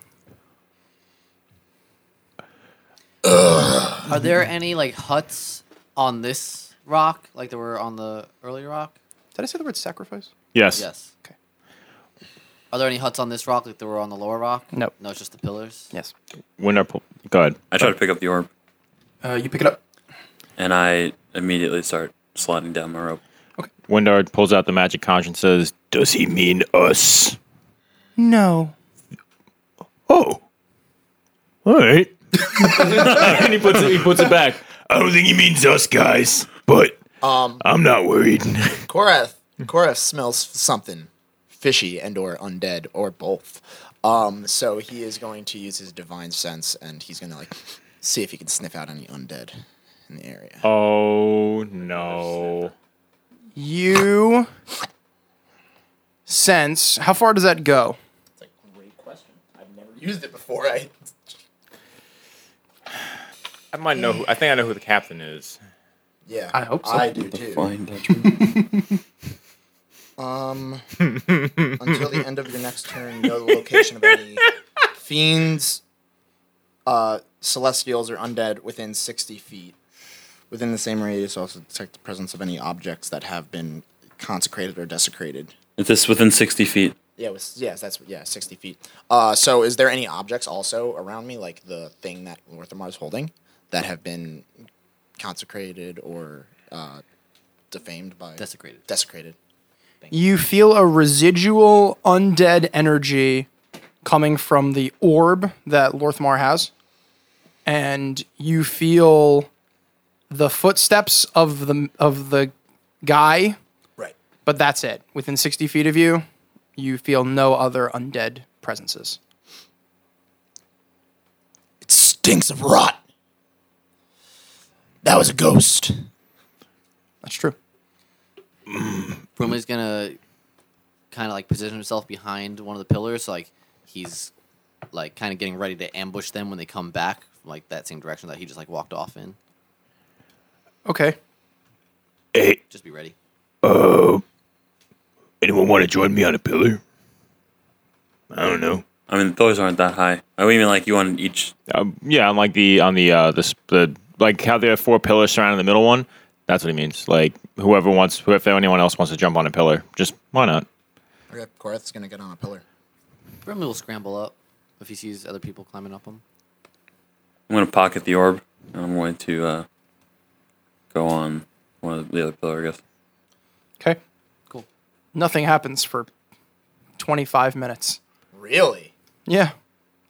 Speaker 4: Are there any like huts on this rock, like there were on the earlier rock?
Speaker 2: Did I say the word sacrifice?
Speaker 3: Yes.
Speaker 4: Yes.
Speaker 2: Okay.
Speaker 4: Are there any huts on this rock, like there were on the lower rock?
Speaker 2: Nope.
Speaker 4: No, it's just the pillars.
Speaker 2: Yes.
Speaker 3: Window. Pull- Go ahead.
Speaker 6: I try to pick up the orb,
Speaker 2: Uh, you pick it up.
Speaker 6: and I immediately start sliding down my rope.
Speaker 3: Windard pulls out the magic conch and says,
Speaker 8: Does he mean us?
Speaker 2: No.
Speaker 8: Oh. All right.
Speaker 3: and he puts it, he puts it back.
Speaker 8: I don't think he means us guys, but
Speaker 5: Um,
Speaker 8: I'm not worried.
Speaker 5: Korath, Korath smells something fishy and or undead or both. Um, so he is going to use his divine sense and he's going to like see if he can sniff out any undead in the area.
Speaker 3: Oh no!
Speaker 2: You sense. How far does that go?
Speaker 5: Used it before. I
Speaker 3: I might know. Who, I think I know who the captain is.
Speaker 5: yeah.
Speaker 2: I hope so.
Speaker 5: I do too. Um, until the end of your next turn, know the location of any fiends, uh, celestials, or undead within 60 feet. Within the same radius, also detect the presence of any objects that have been consecrated or desecrated.
Speaker 6: Is this within 60 feet?
Speaker 5: Yeah, it was, yes, that's yeah, 60 feet. Uh, so, is there any objects also around me, like the thing that Lorthamar is holding, that have been consecrated or uh, defamed by
Speaker 4: Desecrated.
Speaker 5: desecrated?
Speaker 2: You feel a residual undead energy coming from the orb that Lorthmar has, and you feel the footsteps of the of the guy.
Speaker 5: Right.
Speaker 2: But that's it. Within sixty feet of you, you feel no other undead presences.
Speaker 7: It stinks of rot. That was a ghost.
Speaker 2: That's true.
Speaker 4: Brimley's gonna kind of like position himself behind one of the pillars, so, like he's like kind of getting ready to ambush them when they come back, from, like that same direction that he just like walked off in.
Speaker 2: Okay.
Speaker 8: hey,
Speaker 4: Just be ready.
Speaker 8: anyone want to join me on a pillar? I don't know.
Speaker 6: I mean, the pillars aren't that high. I mean, like you on each.
Speaker 3: Um, yeah, on like the on the uh the, s- the like how there are four pillars surrounding the middle one. That's what he means. Like whoever wants, who- if anyone else wants to jump on a pillar, just why not?
Speaker 5: Okay, Korath's going to get on a pillar.
Speaker 4: Brimley will scramble up if he sees other people climbing up him.
Speaker 6: I'm gonna pocket the orb, and I'm going to uh, go on one of the other pillar. I guess.
Speaker 2: Okay.
Speaker 4: Cool.
Speaker 2: Nothing happens for 25 minutes.
Speaker 5: Really?
Speaker 2: Yeah.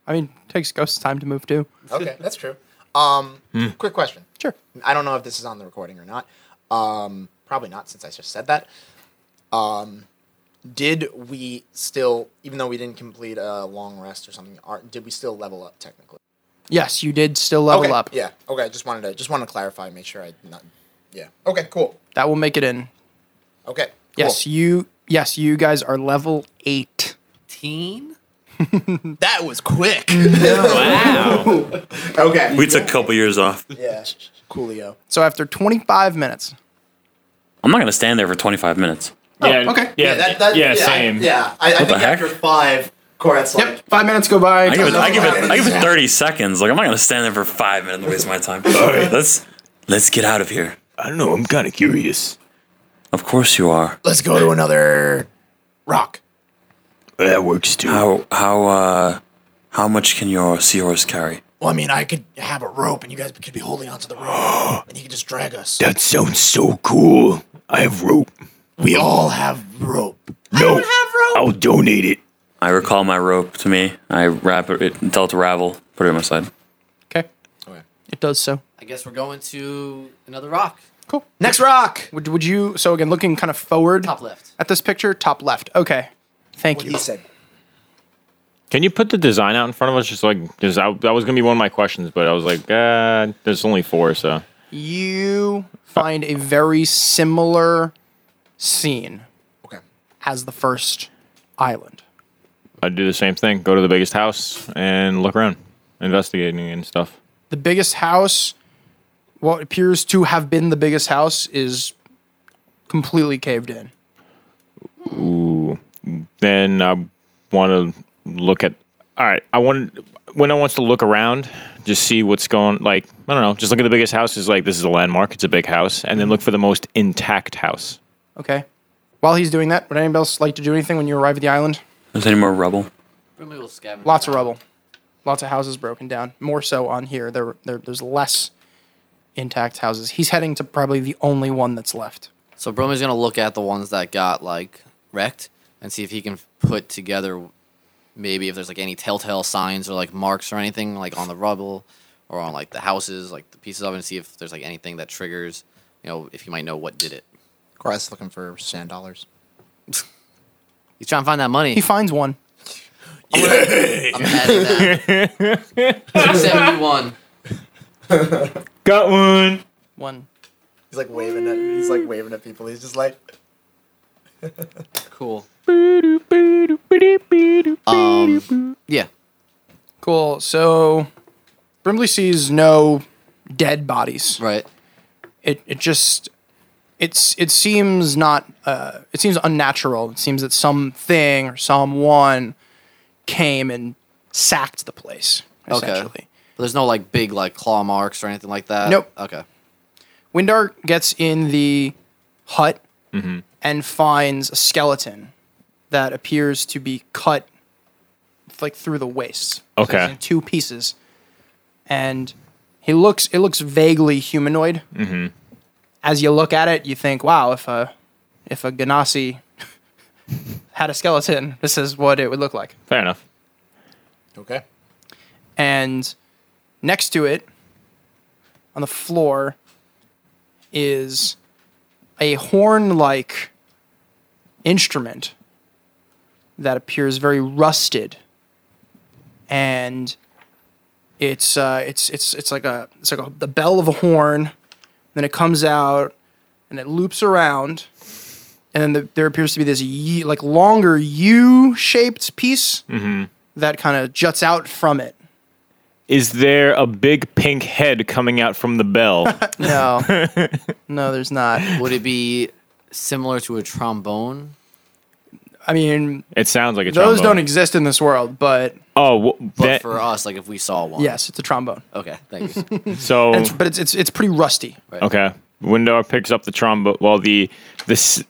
Speaker 2: I mean, takes ghosts time to move too.
Speaker 5: Okay, that's true. Um, quick question.
Speaker 2: Sure.
Speaker 5: I don't know if this is on the recording or not. Um, probably not, since I just said that. Um, did we still, even though we didn't complete a long rest or something, are, did we still level up technically?
Speaker 2: Yes, you did still level
Speaker 5: okay.
Speaker 2: up.
Speaker 5: Yeah. Okay. Just wanted to just wanted to clarify, make sure I not. Yeah. Okay. Cool.
Speaker 2: That will make it in.
Speaker 5: Okay. Cool.
Speaker 2: Yes, you yes, you guys are level 8.
Speaker 4: Teen?
Speaker 5: That was quick. wow. okay.
Speaker 6: We took a couple years off.
Speaker 5: Yeah. Coolio.
Speaker 2: So after 25 minutes,
Speaker 6: I'm not gonna stand there for 25 minutes.
Speaker 3: yeah.
Speaker 2: okay.
Speaker 3: Yeah.
Speaker 5: that, that,
Speaker 3: yeah,
Speaker 5: I-
Speaker 3: Same.
Speaker 5: yeah, I, I think
Speaker 6: the heck?
Speaker 5: after five, Korath's like,
Speaker 2: Yep. Five minutes go by.
Speaker 6: I give it. I give it. I give it thirty seconds. Like I'm not gonna stand there for five minutes and waste my time. Okay, let's let's get out of here.
Speaker 8: I don't know. I'm kind of curious.
Speaker 6: Of course you are.
Speaker 7: Let's go to another rock.
Speaker 8: That works too.
Speaker 6: How how uh how much can your seahorse carry?
Speaker 7: Well, I mean, I could have a rope, and you guys could be holding onto the rope, and he could just drag us.
Speaker 8: That sounds so cool. I have rope.
Speaker 7: We all have rope.
Speaker 8: No, I'll donate it.
Speaker 6: I recall my rope to me. I wrap it, it tell it to ravel, put it on my side.
Speaker 2: Okay. It does so.
Speaker 4: I guess we're going to another rock.
Speaker 2: Cool.
Speaker 5: next rock.
Speaker 2: Would, would you? So again, looking kind of forward.
Speaker 4: Top left.
Speaker 2: At this picture, top left. Okay. Thank
Speaker 5: What
Speaker 2: you.
Speaker 5: he said.
Speaker 3: Can you put the design out in front of us? Just like 'cause I, that was gonna be one of my questions, but I was like, uh, there's only four, so
Speaker 2: You find a very similar scene
Speaker 5: Okay.
Speaker 2: as the first island.
Speaker 3: I'd do the same thing. Go to the biggest house and look around, investigating and stuff.
Speaker 2: The biggest house, what appears to have been the biggest house, is completely caved in.
Speaker 3: Then I want to look at. All right, I want when I wants to look around, just see what's going. Like I don't know, just look at the biggest house. Is like this is a landmark. It's a big house, and then look for the most intact house.
Speaker 2: Okay. While he's doing that, would anybody else like to do anything when you arrive at the island?
Speaker 6: There's any more rubble?
Speaker 4: Brimley will scavenge.
Speaker 2: Lots of rubble, lots of houses broken down. More so on here. There, there there's less intact houses. He's heading to probably the only one that's left.
Speaker 4: So Brimley's gonna look at the ones that got like wrecked and see if he can put together maybe if there's like any telltale signs or like marks or anything like on the rubble or on like the houses, like the pieces of it, and see if there's like anything that triggers, you know, if you might know what did it.
Speaker 5: Korath's looking for sand dollars.
Speaker 4: He's trying to find that money.
Speaker 2: He finds one.
Speaker 4: I'm mad at that. 271.
Speaker 3: Got one.
Speaker 2: One.
Speaker 5: He's like waving at. He's like waving at people. He's just like.
Speaker 4: Cool. Um, yeah.
Speaker 2: Cool. So Brimley sees no dead bodies.
Speaker 4: Right.
Speaker 2: It it just it's it seems not uh, it seems unnatural. It seems that something or someone came and sacked the place.
Speaker 4: Okay.
Speaker 2: Essentially.
Speaker 4: But there's no like big like claw marks or anything like that.
Speaker 2: Nope.
Speaker 4: Okay.
Speaker 2: Windar gets in the hut and finds a skeleton that appears to be cut like through the waist. So
Speaker 3: Okay.
Speaker 2: it's in two pieces. And he looks it looks vaguely humanoid. Mm-hmm. As you look at it, you think, wow, if a if a Ganassi had a skeleton, this is what it would look like.
Speaker 3: Fair enough.
Speaker 5: Okay.
Speaker 2: And next to it, on the floor, is a horn like instrument that appears very rusted. And it's uh, it's it's it's like a it's like a, the bell of a horn. Then it comes out and it loops around, and then the, there appears to be this ye- like longer U-shaped piece that kind of juts out from it.
Speaker 3: Is there a big pink head coming out from the bell?
Speaker 2: No, no, there's not.
Speaker 4: Would it be similar to a trombone?
Speaker 2: I mean,
Speaker 3: it sounds like a
Speaker 2: those
Speaker 3: trombone.
Speaker 2: don't exist in this world, but
Speaker 3: Oh, wh-
Speaker 4: But
Speaker 3: that-
Speaker 4: for us, like if we saw one.
Speaker 2: yes, it's a trombone.
Speaker 4: Okay. Thank you.
Speaker 3: so
Speaker 2: It's, but it's, it's it's pretty rusty.
Speaker 3: Okay. Windar picks up the trombone. Well, the this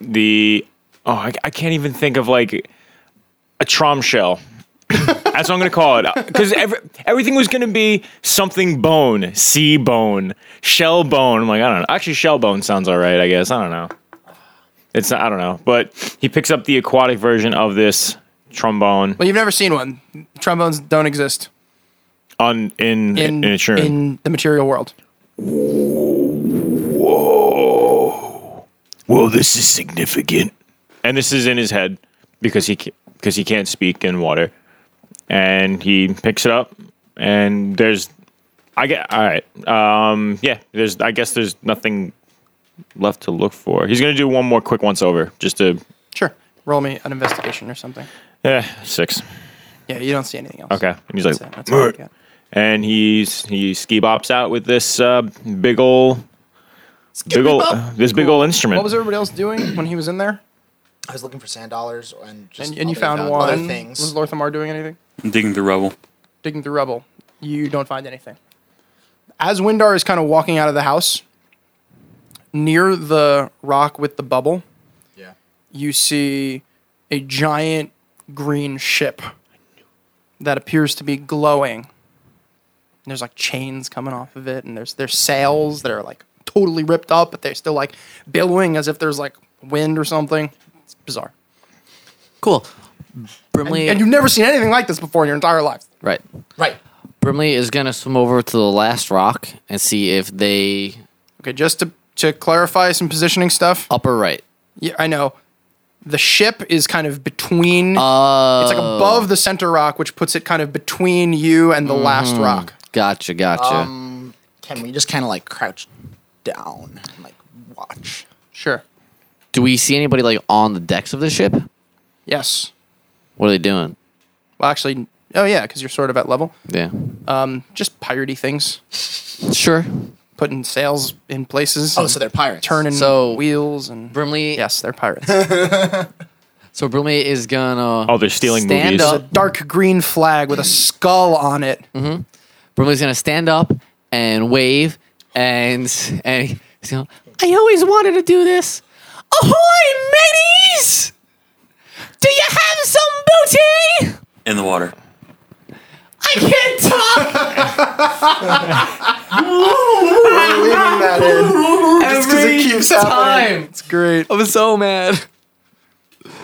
Speaker 3: the oh, I, I can't even think of like a trom shell. That's what I'm gonna call it because every, everything was gonna be something bone, sea bone, shell bone. I'm like, I don't know. Actually, shell bone sounds all right. I guess I don't know. It's not, I don't know. But he picks up the aquatic version of this trombone
Speaker 2: Well, you've never seen one. Trombones don't exist
Speaker 3: on in in,
Speaker 2: in
Speaker 3: a shroom.
Speaker 2: in the material world.
Speaker 8: Well, this is significant.
Speaker 3: and this is in his head because he ca- because he can't speak in water, and he picks it up, and there's, I get all right, um, yeah, there's I guess there's nothing left to look for. He's gonna do one more quick once over, just to
Speaker 2: Sure, roll me an investigation or something.
Speaker 3: eh, six,
Speaker 2: Yeah, you don't see anything else.
Speaker 3: okay. And he's like,
Speaker 2: That's it. That's all you
Speaker 8: Alright.
Speaker 2: get.
Speaker 3: and he's he ski bops out with this uh, big ol' big ol' this big ol' instrument.
Speaker 2: What was everybody else doing when he was in there?
Speaker 5: I was looking for sand dollars and just
Speaker 2: And, and you
Speaker 5: other-
Speaker 2: found
Speaker 5: other
Speaker 2: one.
Speaker 5: things.
Speaker 2: Was Lorthamar doing anything?
Speaker 6: I'm digging through rubble.
Speaker 2: Digging through rubble. You don't find anything. As Windar is kind of walking out of the house, near the rock with the bubble,
Speaker 5: Yeah.
Speaker 2: you see a giant green ship that appears to be glowing. And there's like chains coming off of it, and there's there's sails that are like totally ripped up, but they're still like billowing as if there's like wind or something. It's bizarre.
Speaker 4: Cool. Brimley,
Speaker 2: And you've never seen anything like this before in your entire life.
Speaker 4: right?
Speaker 5: Right.
Speaker 4: Brimley is gonna swim over to the last rock and see if they
Speaker 2: Okay, just to to clarify some positioning stuff.
Speaker 4: upper right.
Speaker 2: Yeah, I know. The ship is kind of between. it's like above the center rock, which puts it kind of between you and the last rock.
Speaker 4: Gotcha, gotcha.
Speaker 5: Can we just kind of like crouch down and like watch?
Speaker 2: Sure.
Speaker 4: Do we see anybody like on the decks of the ship?
Speaker 2: Yes.
Speaker 4: What are they doing?
Speaker 2: Well, actually, oh yeah, because you're sort of at level. Um,
Speaker 4: Yeah.
Speaker 2: Just piratey things,
Speaker 4: Sure.
Speaker 2: putting sails in places.
Speaker 5: Oh,
Speaker 2: and
Speaker 5: so they're pirates.
Speaker 2: turning
Speaker 4: So-
Speaker 2: wheels and.
Speaker 4: Brimley.
Speaker 2: yes, they're pirates.
Speaker 4: So Brimley is gonna.
Speaker 3: Oh, they're stealing
Speaker 4: stand
Speaker 3: movies.
Speaker 4: Up.
Speaker 2: Dark green flag with a skull on it.
Speaker 4: Brimley's gonna stand up and wave and and he's going I always wanted to do this. Ahoy, mateys! Do you have some booty?
Speaker 6: In the water.
Speaker 4: I can't talk. Every time.
Speaker 2: It's great.
Speaker 4: I'm so mad.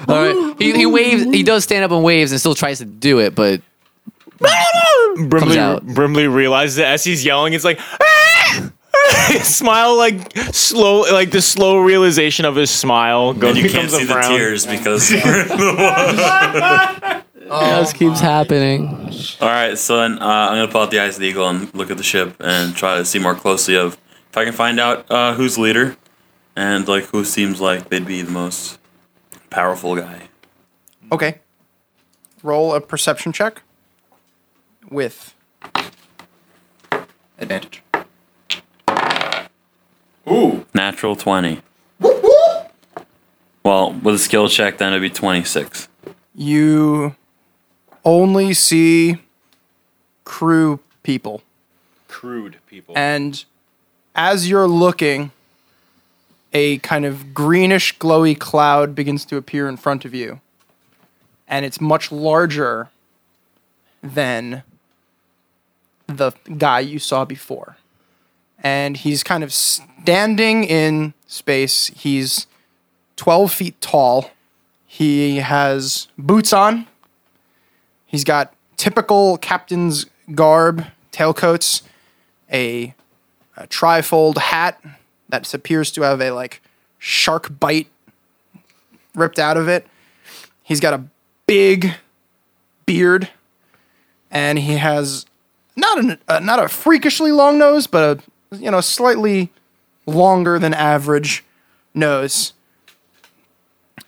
Speaker 4: All right. He, he waves. He does stand up and waves and still tries to do it, but comes
Speaker 3: Brimley,
Speaker 4: out.
Speaker 3: Brimley realizes that as he's yelling, it's like "Ah!" smile, like slow, like the slow realization of his smile goes
Speaker 6: And you can't
Speaker 3: becomes
Speaker 6: see
Speaker 3: a
Speaker 6: the
Speaker 3: frown.
Speaker 6: tears because we're in the water.
Speaker 4: just keeps happening.
Speaker 6: All right, so then uh, I'm gonna pull out the eyes of the eagle and look at the ship and try to see more closely of if I can find out uh, who's leader and like who seems like they'd be the most powerful guy.
Speaker 2: Okay. Roll a perception check with advantage.
Speaker 6: Natural twenty. Well, with a skill check, then it'd be twenty six.
Speaker 2: You only see crew people.
Speaker 3: Crude people.
Speaker 2: And as you're looking, a kind of greenish, glowy cloud begins to appear in front of you. And it's much larger than the guy you saw before. And he's kind of standing in space. He's 12 feet tall. He has boots on. He's got typical captain's garb, tailcoats a, a trifold hat that appears to have a like shark bite ripped out of it. He's got a big beard, and he has not an, uh, not a freakishly long nose, but a you know slightly longer than average nose.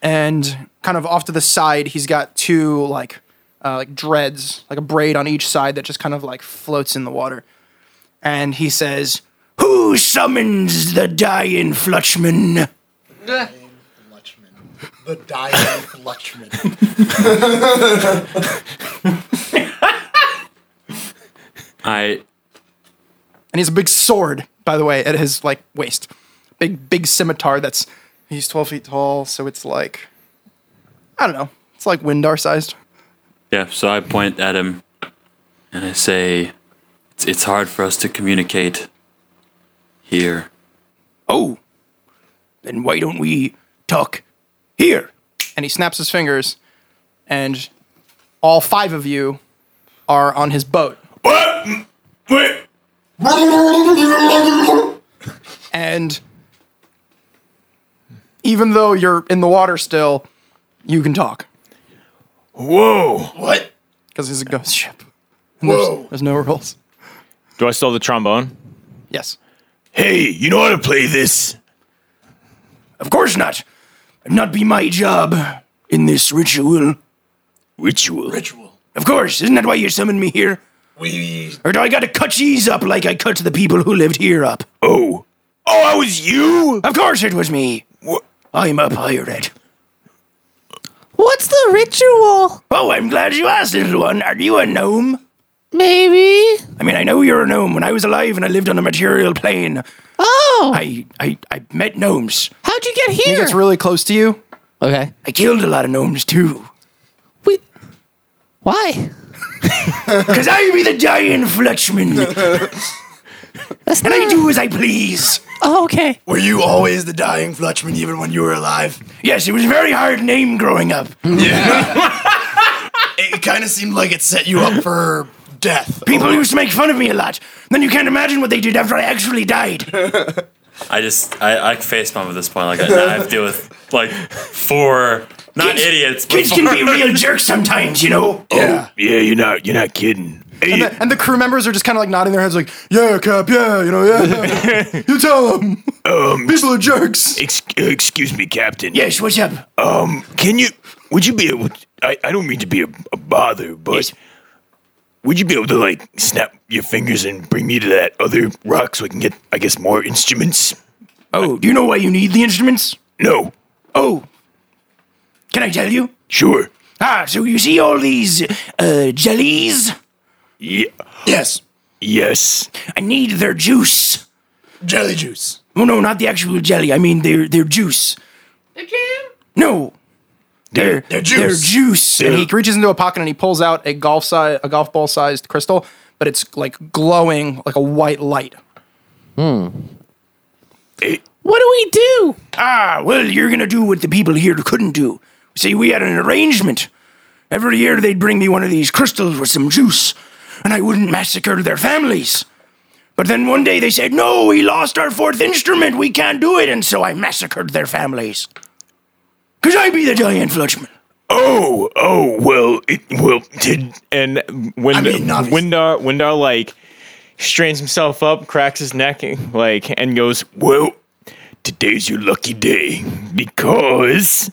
Speaker 2: And kind of off to the side, he's got two like uh, like dreads, like a braid on each side that just kind of like floats in the water and he says, "Who summons the dying Flutchman?"
Speaker 5: The dying Lutchman.
Speaker 6: I
Speaker 2: And he has a big sword, by the way, at his like waist, big big scimitar. That's he's twelve feet tall, so it's like I don't know, it's like Windar sized.
Speaker 6: yeah. So I point at him and I say, "It's it's hard for us to communicate here."
Speaker 2: Oh, then why don't we talk here? And he snaps his fingers, and all five of you are on his boat. and even though you're in the water still, you can talk
Speaker 8: Whoa!
Speaker 7: What?
Speaker 2: because it's a ghost ship.
Speaker 7: Whoa.
Speaker 2: There's no rules.
Speaker 3: Do I still have the trombone?
Speaker 2: Yes.
Speaker 8: Hey, you know how to play this?
Speaker 2: Of course not. It'd not be my job in this ritual.
Speaker 8: Ritual.
Speaker 7: Ritual.
Speaker 2: Of course, isn't that why you summoned me here?
Speaker 7: We.
Speaker 2: Or do I gotta cut these up like I cut the people who lived here up?
Speaker 8: Oh. Oh, I was you?
Speaker 2: Of course it was me.
Speaker 8: Wha-
Speaker 2: I'm a pirate.
Speaker 9: What's the ritual?
Speaker 10: Oh, I'm glad you asked, little one. Are you a gnome?
Speaker 9: Maybe.
Speaker 10: I mean, I know you're a gnome. When I was alive and I lived on a material plane,
Speaker 9: Oh,
Speaker 10: I I, I met gnomes.
Speaker 9: how'd you get
Speaker 2: He
Speaker 9: here?
Speaker 2: gets really close to you.
Speaker 9: okay.
Speaker 10: I killed a lot of gnomes too.
Speaker 9: We. Why?
Speaker 10: Cause I be the giant Fletchman,
Speaker 9: That's
Speaker 10: and I
Speaker 9: not-
Speaker 10: do as I please.
Speaker 9: Oh, okay.
Speaker 7: Were you always the dying Fletchman even when you were alive?
Speaker 10: Yes, it was a very hard name growing up.
Speaker 7: It kind of seemed like it set you up for death.
Speaker 10: People used to make fun of me a lot. Then you can't imagine what they did after I actually died.
Speaker 6: I just I, I face palm at this point. Like I, I have to deal with like four not idiots. But
Speaker 10: Kids can be real jerks sometimes, you know.
Speaker 8: Oh, Yeah, you're not you're not kidding.
Speaker 2: And the, and the crew members are just kind of like nodding their heads, like, "Yeah, Cap, yeah, you know, yeah." you tell them. People are jerks.
Speaker 8: Ex- excuse me, Captain.
Speaker 10: Yes, what's up?
Speaker 8: Um, can you? Would you be able? To, I I don't mean to be a, a bother, but
Speaker 10: Yes.
Speaker 8: would you be able to like snap your fingers and bring me to that other rock so I can get, I guess, more instruments?
Speaker 10: Oh, do you know why you need the instruments?
Speaker 8: No.
Speaker 10: Oh, can I tell you?
Speaker 8: Sure.
Speaker 10: Ah, so you see all these uh, jellies?
Speaker 8: Yeah.
Speaker 10: Yes.
Speaker 8: Yes.
Speaker 10: I need their juice.
Speaker 7: Jelly juice.
Speaker 10: Oh no, not the actual jelly. I mean their their juice. The jam? No. Their their
Speaker 7: juice.
Speaker 10: Their juice.
Speaker 2: And he reaches into a pocket and he pulls out a golf size, a golf ball sized crystal, but it's like glowing like a white light.
Speaker 9: What do we do?
Speaker 10: Ah, well, you're gonna do what the people here couldn't do. See, we had an arrangement. Every year they'd bring me one of these crystals with some juice, and I wouldn't massacre their families. But then one day they said, No, we lost our fourth instrument, we can't do it, and so I massacred their families. Cause I be the giant Flutchman.
Speaker 8: Oh. Oh. Well. It. Well. Did.
Speaker 3: and Wind-
Speaker 7: mean, obviously.
Speaker 3: Windar Windar like strains himself up, cracks his neck, and, like and goes.
Speaker 8: Well. Today's your lucky day because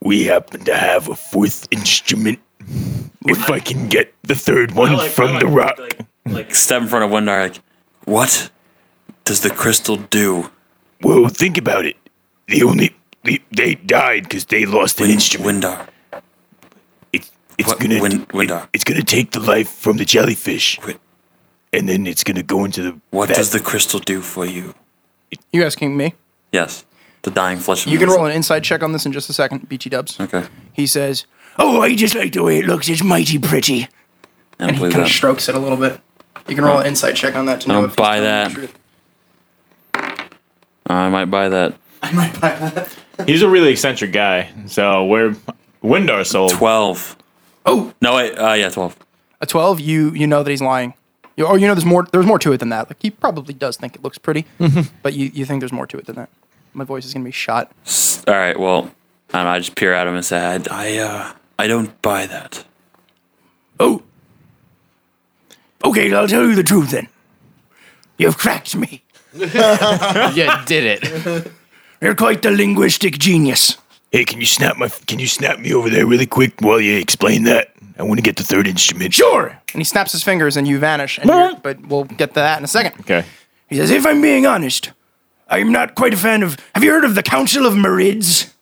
Speaker 8: we happen to have a fourth instrument. If I can get the third one
Speaker 6: like-
Speaker 8: from
Speaker 6: I
Speaker 8: the
Speaker 6: like-
Speaker 8: rock.
Speaker 6: like, like step in front of Windar. Like what does the crystal do?
Speaker 8: Well, think about it. The only they, they died because they lost an instrument.
Speaker 6: Windar.
Speaker 8: It, it's
Speaker 6: What,
Speaker 8: gonna
Speaker 6: Win, Windar.
Speaker 8: it's gonna take the life from the jellyfish,
Speaker 6: Win-
Speaker 8: and then it's gonna go into the.
Speaker 6: What
Speaker 8: that-
Speaker 6: does the crystal do for you?
Speaker 2: You asking me?
Speaker 6: Yes, the dying flesh.
Speaker 2: You can roll an inside check on this in just a second, BT Dubs.
Speaker 6: Okay,
Speaker 2: He says,
Speaker 10: Oh, I just like the way it looks, it's mighty pretty.
Speaker 6: I don't
Speaker 2: and he
Speaker 6: believe
Speaker 2: kind of
Speaker 6: that.
Speaker 2: strokes it a little bit. You can roll an insight check on that to know.
Speaker 6: don't
Speaker 2: if he's
Speaker 6: buy
Speaker 2: telling the
Speaker 6: that.
Speaker 2: truth.
Speaker 6: I might buy that.
Speaker 3: He's a really eccentric guy, so we're Windar sold.
Speaker 6: Twelve.
Speaker 2: Oh.
Speaker 6: no! Wait. Uh, yeah, twelve.
Speaker 2: A twelve, you you know that he's lying. You, or you know there's more. There's more to it than that. Like he probably does think it looks pretty,
Speaker 10: Mm-hmm.
Speaker 2: but you you think there's more to it than that. My voice is gonna be shot.
Speaker 6: S- All right. Well, I, don't know, I just peer at him and say, I, I, uh, I don't buy that.
Speaker 10: Oh. Okay, I'll tell you the truth then. You've cracked me.
Speaker 4: you did it.
Speaker 10: You're quite the linguistic genius.
Speaker 8: Hey, can you snap my? Can you snap me over there really quick while you explain that? I want to get the third instrument.
Speaker 10: Sure.
Speaker 2: And he snaps his fingers, and you vanish. And you're- but we'll get to that in a second.
Speaker 3: Okay.
Speaker 10: He says, if I'm being honest, I'm not quite a fan of. Have you heard of the Council of Merids?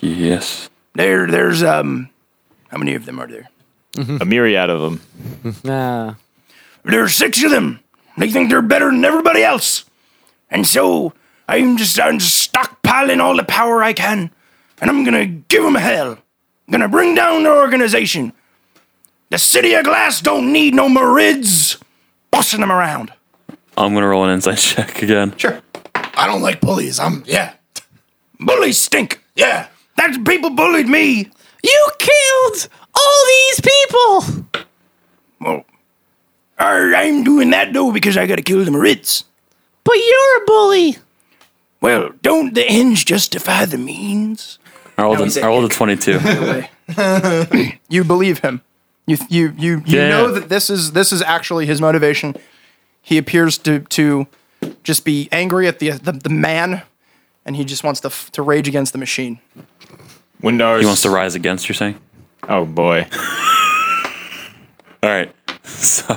Speaker 6: Yes.
Speaker 10: There, there's um, how many of them are there?
Speaker 3: A myriad of them.
Speaker 4: Nah.
Speaker 10: There's six of them. They think they're better than everybody else, and so I'm just I'm just stockpiling all the power I can, and I'm gonna give them hell. I'm gonna bring down their organization. The city of glass don't need no Merids bossing them around.
Speaker 6: I'm gonna roll an insight check again.
Speaker 10: Sure.
Speaker 7: I don't like bullies. I'm yeah.
Speaker 10: Bullies stink.
Speaker 7: Yeah.
Speaker 10: That people bullied me.
Speaker 9: You killed all these people.
Speaker 10: Well, I- I'm doing that though because I gotta kill the Marids.
Speaker 9: But you're a bully.
Speaker 10: Well, don't the ends justify the means?
Speaker 6: I rolled,
Speaker 2: he's
Speaker 6: a,
Speaker 2: a
Speaker 6: I rolled a 22.
Speaker 2: You believe him. You you you you
Speaker 6: Yeah.
Speaker 2: know that this is this is actually his motivation. He appears to to just be angry at the the, the man, and he just wants to f- to rage against the machine.
Speaker 3: Windar
Speaker 6: he wants to rise against, you're saying?
Speaker 3: Oh boy.
Speaker 6: All right. So,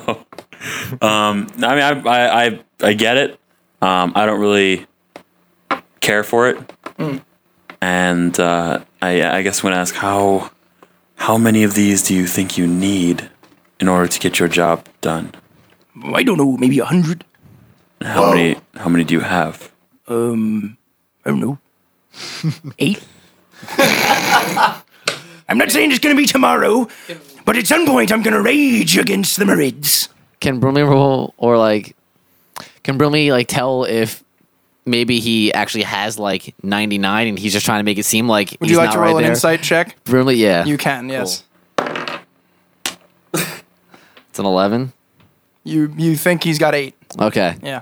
Speaker 6: um, I mean, I, I, I, I get it. Um, I don't really care for it. And uh, I, I guess I'm gonna ask how how many of these do you think you need in order to get your job done?
Speaker 10: Oh, I don't know, maybe a hundred.
Speaker 6: And How many how many do you have?
Speaker 10: Um, I don't know. Eight. I'm not saying it's going to be tomorrow, but at some point I'm going to rage against the Marids.
Speaker 4: Can Brumley roll or like can Brumley like tell if maybe he actually has like 99 and he's just trying to make it seem like
Speaker 2: Would
Speaker 4: he's
Speaker 2: you like
Speaker 4: not
Speaker 2: to roll
Speaker 4: right
Speaker 2: an
Speaker 4: there?
Speaker 2: insight check?
Speaker 4: Brumley, yeah.
Speaker 2: You can, yes.
Speaker 4: It's an 11.
Speaker 2: You you think he's got eight?
Speaker 4: Okay.
Speaker 2: Yeah.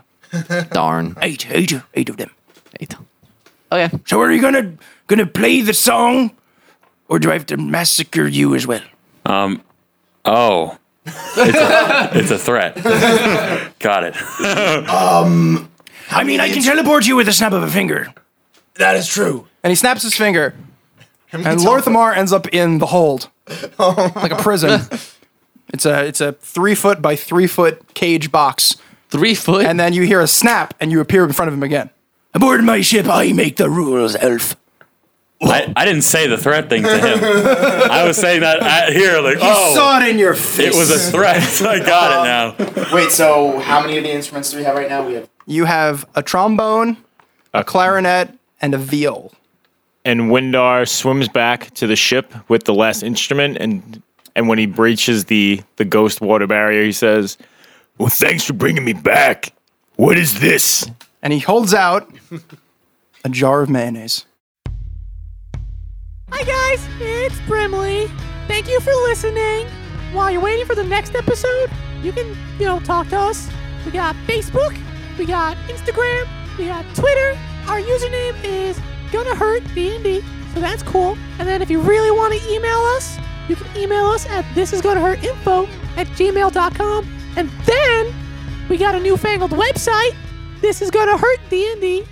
Speaker 4: Darn.
Speaker 10: Eight, eight, eight of them.
Speaker 4: Eight. Okay.
Speaker 10: So are you going to going to play the song, or do I have to massacre you as well?
Speaker 6: Um, oh, it's a, it's a threat. Got it.
Speaker 10: I mean, I can teleport you with a snap of a finger.
Speaker 7: That is true.
Speaker 2: And he snaps his finger, and Lorthamar ends up in the hold,
Speaker 4: Oh
Speaker 2: like a prison. It's a it's a three foot by three foot cage box,
Speaker 4: Three foot.
Speaker 2: and then you hear a snap, and you appear in front of him again.
Speaker 10: Aboard my ship, I make the rules, elf.
Speaker 6: I, I didn't say the threat thing to him. I was saying that I, here, like, oh,
Speaker 2: it in your face.
Speaker 6: it was a threat. I got it now.
Speaker 5: Wait, so how many of the instruments do we have right now? We have
Speaker 2: You have a trombone, a clarinet, and a viol.
Speaker 3: and Windar swims back to the ship with the last instrument and and when he breaches the the ghost water barrier he says
Speaker 8: Well, thanks for bringing me back. What is this?
Speaker 2: And he holds out a jar of mayonnaise.
Speaker 9: Hi guys, it's Brimley. Thank you for listening. While you're waiting for the next episode, you can, you know, talk to us. We got Facebook, we got Instagram, we got Twitter. Our username is gonna hurt D&D, so that's cool. And then if you really want to email us, you can email us at thisisgonnahurtinfo at gmail.com. And then we got a newfangled website, thisisgonnahurtdnd.com.